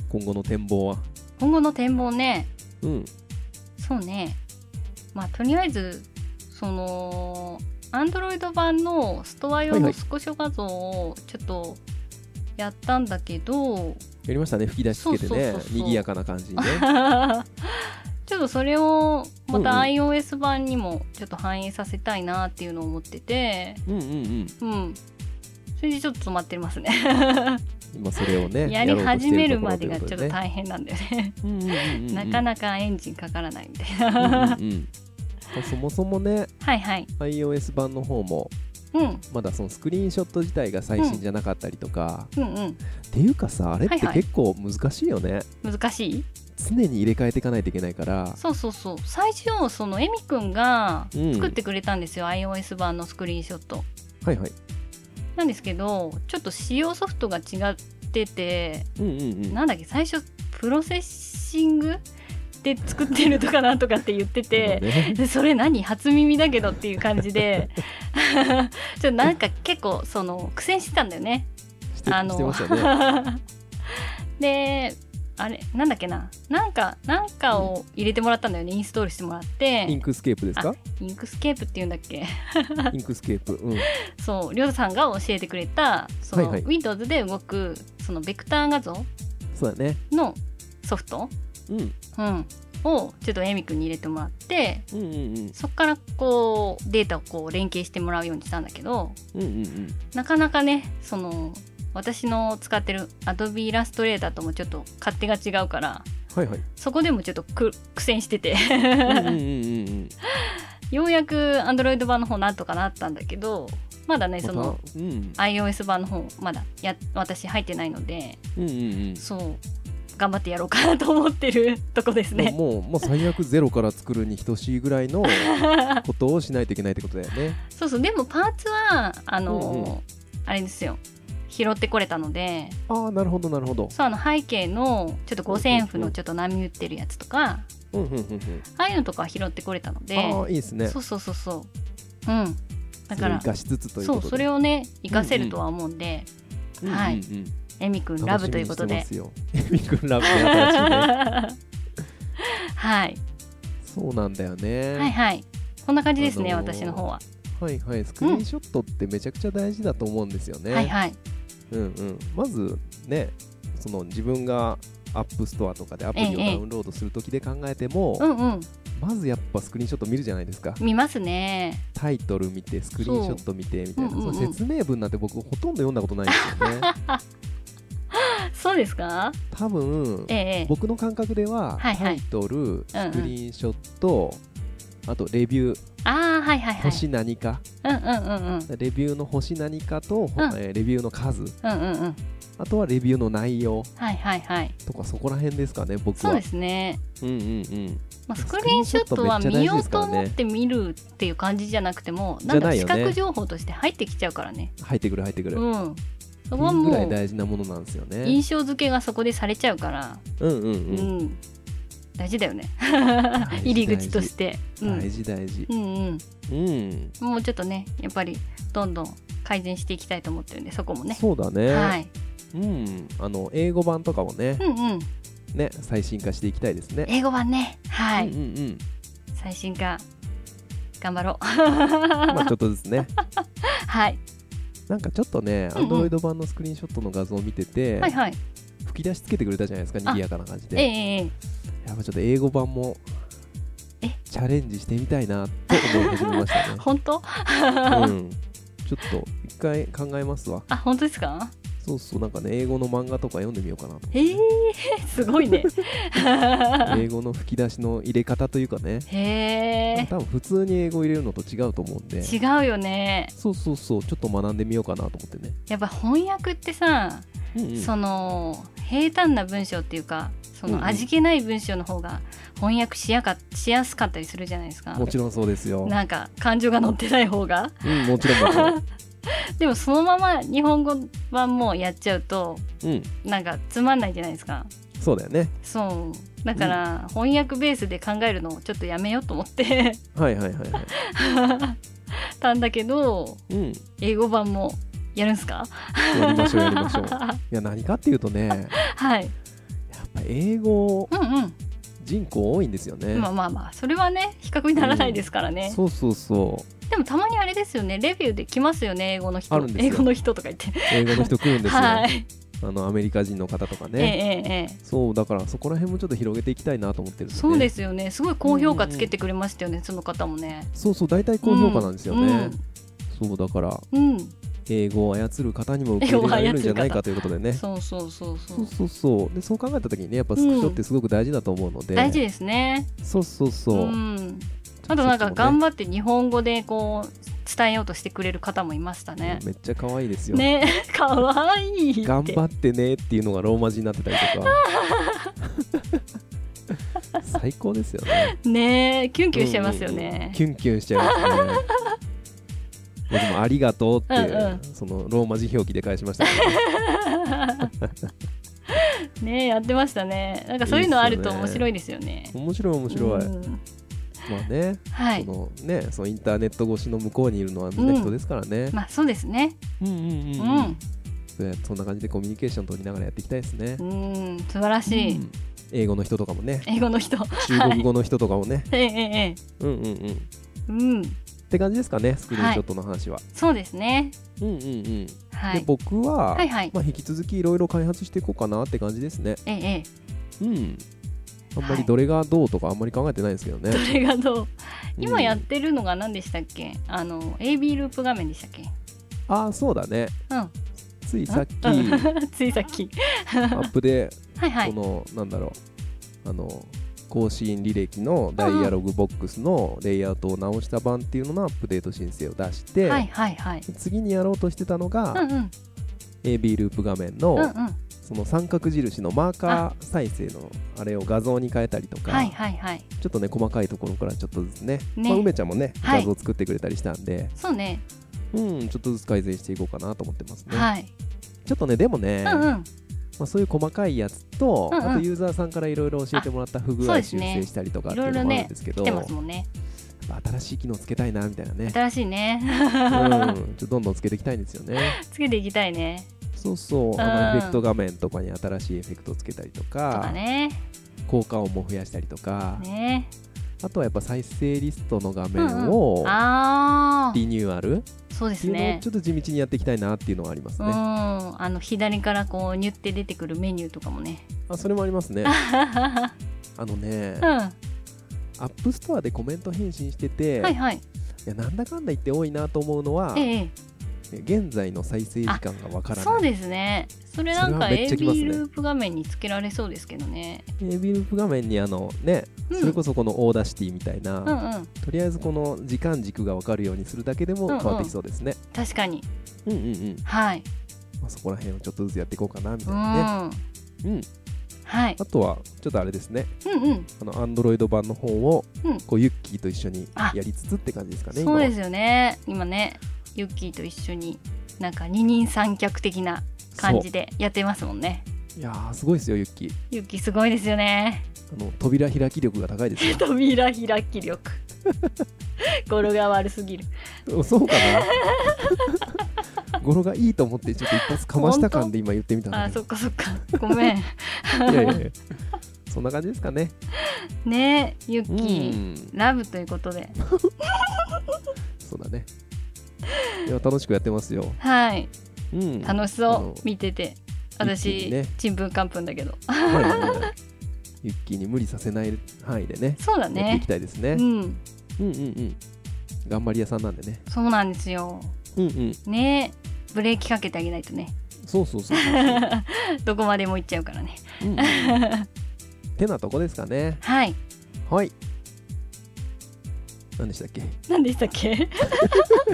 C: 今後の展望は
B: 今後の展望ね
C: うん
B: そうねまあとりあえずその Android 版のストア用
C: はいは
B: の
C: い
B: スクショ画像をちょっとやったんだけど、
C: やりましたね吹き出しつけて
B: そう
C: ね
B: そうそうそう
C: 賑やかな感じにね
B: ちょっとそれをまた
C: うんうん
B: iOS 版にもちょっと反映させたいなっていうのを思ってて
C: うんうんうん
B: うんそれでちょっと止まってますね
C: 今それをね
B: やり
C: ろうとし
B: 始
C: て
B: め
C: る
B: る
C: とこ
B: ま
C: ろ
B: でが
C: と
B: ち
C: い
B: ょ
C: うことでね
B: っと大変なんだよね
C: うんうんうんうん
B: なかなかエンジンかからないみたい
C: うん
B: な
C: うんうんまあそもそもね
B: はいはい
C: iOS 版の方も
B: うん
C: まだそのスクリーンショット自体が最新じゃなかったりとか、
B: うん
C: っていうかさあれっ
B: はい
C: て
B: はい
C: 結構難しいよね、
B: うん難しい
C: 常に入れ替えていかないといけないから
B: そうそうそう最初そのエミくんが
C: うん
B: 作ってくれたんですよ、iOS 版のスクリーンショット
C: はいはい
B: なんですけどちょっと使用ソフトが違ってて
C: うんうんうん
B: なんだっけ最初プロセッシングで作ってるとかなんとかって言ってて、
C: そうだね
B: でそれ何初耳だけどっていう感じで ちょっとなんか結構その苦戦してたんだよね。
C: して
B: あ
C: して
B: の
C: ましたね
B: であれなんだっけななんかなんかを入れてもらったんだよねインストールしてもらっ
C: イン
B: て
C: クスケープですか
B: インクスケープっていうんだっけ
C: インクスケープうん
B: そうりょうさんが教えてくれたその、
C: はいはい
B: Windows で動くそのベクター画像
C: そうだね
B: のソフト、
C: うん
B: うん、をちょっとエミ君に入れてもらって
C: うんうんうん
B: そこからこうデータをこう連携してもらうようにしたんだけど
C: うんうんうん
B: なかなかねその私の使ってる Adobe Illustrator ともちょっと勝手が違うから
C: はいはい
B: そこでもちょっとく苦戦して て
C: うんうんうんうん
B: ようやく Android 版の方なんとかなったんだけどまだねそ
C: ま
B: の
C: たうん、
B: iOS 版の方まだや私入ってないので
C: うんうん
B: そう頑張ってやろうかなと思ってる とこです
C: うんも
B: ね。
C: うもうもう最悪ゼロから作るに等しいぐらいの ことをしないといけないってことだよね
B: そうそうでもパーツはあの、
C: うんうん
B: あれですよ拾ってこれたので
C: ああなるほどなるほど
B: そうあの背景のちょっと5,000円のちょっと波打ってるやつとか
C: うんうんうんうん
B: ああいうのとかは拾ってこれたので
C: ああいいですね
B: そうそうそうそううんだから
C: 生かしつつという
B: そ
C: こ
B: う
C: とで
B: それをね活かせるとは思うんで、
C: うんうんうん
B: はいえみくんラブということで
C: 楽しみにしてますよエミ君ラブね新しいね
B: はい、
C: そうなんだよね
B: はいはいこんな感じですね、
C: あのー
B: 私の方は、
C: はいはいスクリーンショットってめちゃくちゃ大事だと思うんですよね、
B: はいはい
C: うんうん、まずねその自分がアップストアとかでアプリを
B: ええ
C: ダウンロードするときで考えても、
B: うんうん
C: まずやっぱスクリーンショット見るじゃないですか
B: 見ますね
C: タイトル見てスクリーンショット見てみたいな、
B: うんうんうん
C: その説明文なんて僕ほとんど読んだことないんですよね
B: そうですか
C: 多分
B: ええ
C: 僕の感覚では、
B: はいはい
C: タイトルスクリーンショット、あとレビュー、
B: ああはいはいはい
C: 星何か
B: うんうんうんうん
C: レビューの星何かと、ほ
B: うん
C: えーレビューの数
B: うんうんうん
C: あとはレビューの内容
B: はいはいはい
C: とかそこら辺ですかね僕
B: そう
C: は
B: ですね、
C: うんうんうん
B: まあ、ス
C: ス
B: ク
C: クリ
B: リー
C: ー
B: ン
C: ン
B: シ
C: シ
B: ョ
C: ョ
B: ッ
C: ッ
B: ト
C: ト
B: は
C: は
B: 見
C: 見
B: よ
C: よ
B: う
C: う
B: と
C: と
B: 思
C: 思
B: っ
C: って
B: 見るっていう感じじゃなくても
C: じゃない
B: 視
C: よね
B: 覚情報として入ってきちゃうからね
C: 入ってくる入ってくる、
B: うんそこ
C: っ
B: は
C: ていうぐら
B: も
C: いう大事なものなんですよ
B: 印
C: ね
B: 象付けがそこでされちゃうから
C: うんうん
B: うん、
C: うん
B: 大事だよね
C: 事
B: 入り口として、うん、
C: 大事大事
B: うんうん
C: うん
B: もうちょっとねやっぱりどんどん改善していきたいと思ってるんでそこもね
C: そうだね、
B: はい
C: うんあの英語版とかもね
B: うんうん
C: ね最新化していきたいですね
B: 英語版ねはい、
C: うんうんうん
B: 最新化頑張ろう
C: まあちょっとですね
B: はい
C: なんかちょっとね
B: う
C: ア
B: んうん
C: ンドロイド版のスクリーンショットの画像を見てて、
B: はいはい
C: 吹き出しつけてくれたじゃないですか賑やかな感じ
B: ええ
C: で
B: ええ
C: やっぱちょっと英語版も
B: え
C: チャレンジしてみたいなって思い始めましたね
B: 本当
C: うんちょっと一回考えますわ
B: あ本当ですか
C: そうそうなんかね英語の漫画とか読んでみようかなと
B: え ー、すごいね
C: 英語の吹き出しの入れ方というかね
B: へえ
C: 多分普通に英語入れるのと違うと思うんで
B: 違うよね
C: そうそうそうちょっと学んでみようかなと思ってね、
B: やっぱ翻訳ってさ、
C: うんうん
B: その平坦な文章っていうかそ
C: うんう
B: の
C: ん
B: 味気ない文章の方が翻訳しやかしやすかったりするじゃないですか
C: もちろんそうですよ、
B: なんか感情が乗ってない方が
C: うん、もちろんもちろん
B: でもそのまま日本語版もやっちゃうと
C: うん
B: なんかつまんないじゃないですか
C: そうだよね
B: そうだから翻訳ベースで考えるのをちょっとやめようと思って
C: はいはいはいはい
B: たんだけど
C: うん
B: 英語版もやるんすか
C: やりましょうやりま しょういや何かっていうとねやっ
B: はい
C: ぱ英語
B: うん
C: 人口多いんですよ
B: う
C: ね、
B: んまあまあまあそれはね比較にならないですからね、
C: そうそうそう
B: でもたまにあれですよねレビューで来ますよね英語の人
C: あるんです
B: 英
C: よ
B: 語の人とか言って
C: 英語の人来るんですよ、
B: はい、
C: あのアメリカ人の方とか
B: ええ
C: ね、
B: ええええ
C: そうだからそこら辺もちょっと広げていきたいなと思ってるんで、ね、
B: そうですよねすごい高評価つけてくれましたよね、その方もね
C: そうそう大体高評価なんですよね、そうだから
B: うん、うんうん
C: 英語を操る方にも受け入れられるんじゃないかということでね。
B: そうそうそうそう
C: そうそうそうでそう考えた時にねやっぱスクショってすごく大事だと思うので、
B: 大事ですね
C: そうそうそう、
B: んあとなんか頑張って日本語でこう伝えようとしてくれる方もいましたね
C: うんめっちゃ可愛いですよ、
B: ね かわいいって
C: 頑張ってねっていうのがローマ字になってたり とか最高ですよね
B: ねキュンキュンしちゃいますよ
C: うんうんうん
B: ね、
C: キュンキュンしちゃいますね僕も「ありがとう」っていう、
B: うんうん
C: そのローマ字表記で返しましたけど
B: ねやってましたねなんかそういうのあると面白いですよね
C: 面白い面白い、
B: うん
C: まあね
B: は
C: そ
B: い
C: のね、そのインターネット越しの向こうにいるのはみんな人ですからね。
B: まあそうですね
C: うんうん
B: う
C: うんそれそんな感じでコミュニケーション取りながらやっていきたいですね
B: う。ん素晴らしい、
C: うん英語の人とかもね、
B: 英語の人
C: 中国語の人とかもね。
B: えええ え
C: うんうんうん。っ
B: うん
C: て感じですかね、スクリーンショットの話は。
B: そうですね
C: うんうんうん。で、
B: はい
C: 僕は、
B: はいはい
C: まあ、引き続きいろいろ開発していこうかなって感じですね。
B: ええええ
C: うん。あんま
B: はい
C: りどれがどうとかあんまり考えてないですけどね
B: ど。れがどう 今やっ
C: うん
B: てるのが何でしたっけあの AB ループ画面でしたっけ
C: ああ、そうだね。
B: うん
C: ついさっき、ア
B: うん ついさっきは
C: ップで
B: いは
C: こ
B: い
C: のなんだろうあの更新履歴のダイアログボックスのレイアウトを直した版っていうののアップデート申請を出して、
B: はいはいはい
C: 次にやろうとしてたのが、
B: うんうん
C: AB ループ画面
B: うんう
C: の
B: ん
C: その三角印のマーカー再生のあれを画像に変えたりとか、
B: はいはいはい
C: ちょっとね細かいところからちょっとずつね
B: ね
C: まあ、梅ちゃんもね
B: はい
C: 画像作ってくれたりしたんで、
B: そうね
C: うんちょっとずつ改善していこうかなと思ってますね。
B: はい
C: ちょっとねでもね、
B: うんうん
C: まあ、そういう細かいやつと、
B: うんうん
C: あとユーザーさんからいろいろ教えてもらった不具
B: あそ
C: 合
B: うです
C: 修
B: ね
C: 正したりとかっていうのもあるんですけど
B: 来てますもんね
C: やっぱ新しい機能つけたいなみたいなね、
B: 新しいね
C: うん、ちょっとどんどんつけていきたいんですよね
B: つけていきたいね
C: そうそう、
B: う
C: あ
B: ん
C: のエフェクト画面とかに新しいエフェクトつけたりと
B: と
C: か
B: かね
C: 効果音も増やしたりとか、
B: ね
C: あとはやっぱ再生リストの画面を
B: ああ
C: リニューアルっ
B: そうです
C: ていうの
B: ね
C: をちょっと地道にやっていきたいなっていうのはあります
B: う
C: ね、
B: んあの左からこうニュって出てくるメニューとかもね
C: あそれもありますねあのね、
B: うん
C: アップストアでコメント返信してて、
B: はい
C: い、
B: はい
C: やなんだかんだ言って多いなと思うのは、
B: ええ
C: 現在の再生時間がわから
B: そ
C: な
B: う
C: い、
B: ですねそれなん
C: そ
B: か
C: れはめっちゃきます
B: AB
C: ね
B: ループ画面につけられそうですけどね
C: AB ループ画面にあのね、
B: うん
C: それこそこのオーダーシティみたいな、
B: うんうん
C: とりあえずこの時間軸がわかるようにするだけでも
B: うんう
C: 変
B: ん
C: わってきそうですね、
B: 確かに
C: うん、うんうん
B: はい、
C: まあ、そこら辺をちょっとずつやっていこうかなみた
B: う
C: い
B: ん
C: なね、うん、
B: はい
C: あとはちょっとあれですね
B: うんうん
C: あの Android 版の方を
B: うん
C: こうユッキーと一緒に
B: あ
C: やりつつって感じですかね。今
B: そうですよね今ねユッキーと一緒になんか二人三脚的な感じでやってますもんね
C: そういやーすごいですよユッキー。
B: ユッキーすごいですよね。
C: あの扉開き力が高いですよ
B: 扉開き力語呂が悪すぎる
C: うんそうかな。語呂がいいと思ってちょっと一発かました感で今言ってみたんだ
B: あー
C: け
B: そ
C: ど
B: っかそっかごめ ん
C: いやいやいやそんな感じですかね。
B: ねユッキ
C: う
B: ー
C: ん
B: ラブということで
C: そうだね。いや楽しくやってますよ。
B: はい
C: うん。
B: 楽し
C: あ
B: そ
C: の
B: う見てて
C: ユッキー
B: 私
C: ね
B: ちんぷんかんぷんだけど
C: はいはいはいユッキーに無理させない範囲でね
B: そうだ
C: やってい
B: ね
C: きたいですね
B: う。ん
C: うんうんうん。頑張り屋さんなんでね。
B: そうなんですよ
C: うんうん。
B: ねブレーキかけてあげないとね
C: そうそうそうそうそう。
B: どこまでも行っちゃうからね
C: うんうん うんてなとこですかね
B: はい
C: はい何でしたっけ
B: 何でしたっけ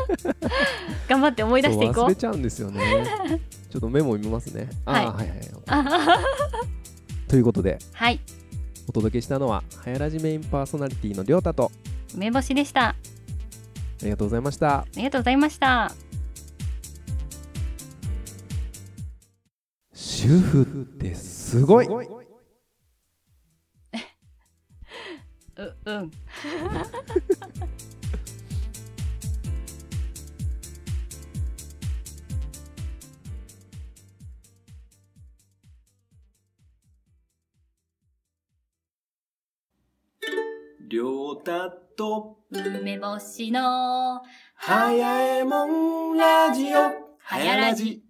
B: 頑張って思い出してい
C: そう
B: こ
C: 忘れ
B: う
C: ちゃうんですよね ちょっとメモを見ますねあー、はい、はいはい
B: あはは
C: ということで
B: はい
C: お届けしたのははやらじメインパーソナリティのりょうたと
B: 梅干しでしたあ
C: ありがとうございました
B: りがとうございました
C: 主婦ってすごい
B: ううん
A: りょうたと、
B: 梅干しの
A: はやえもんラジオ、
B: はやらじ。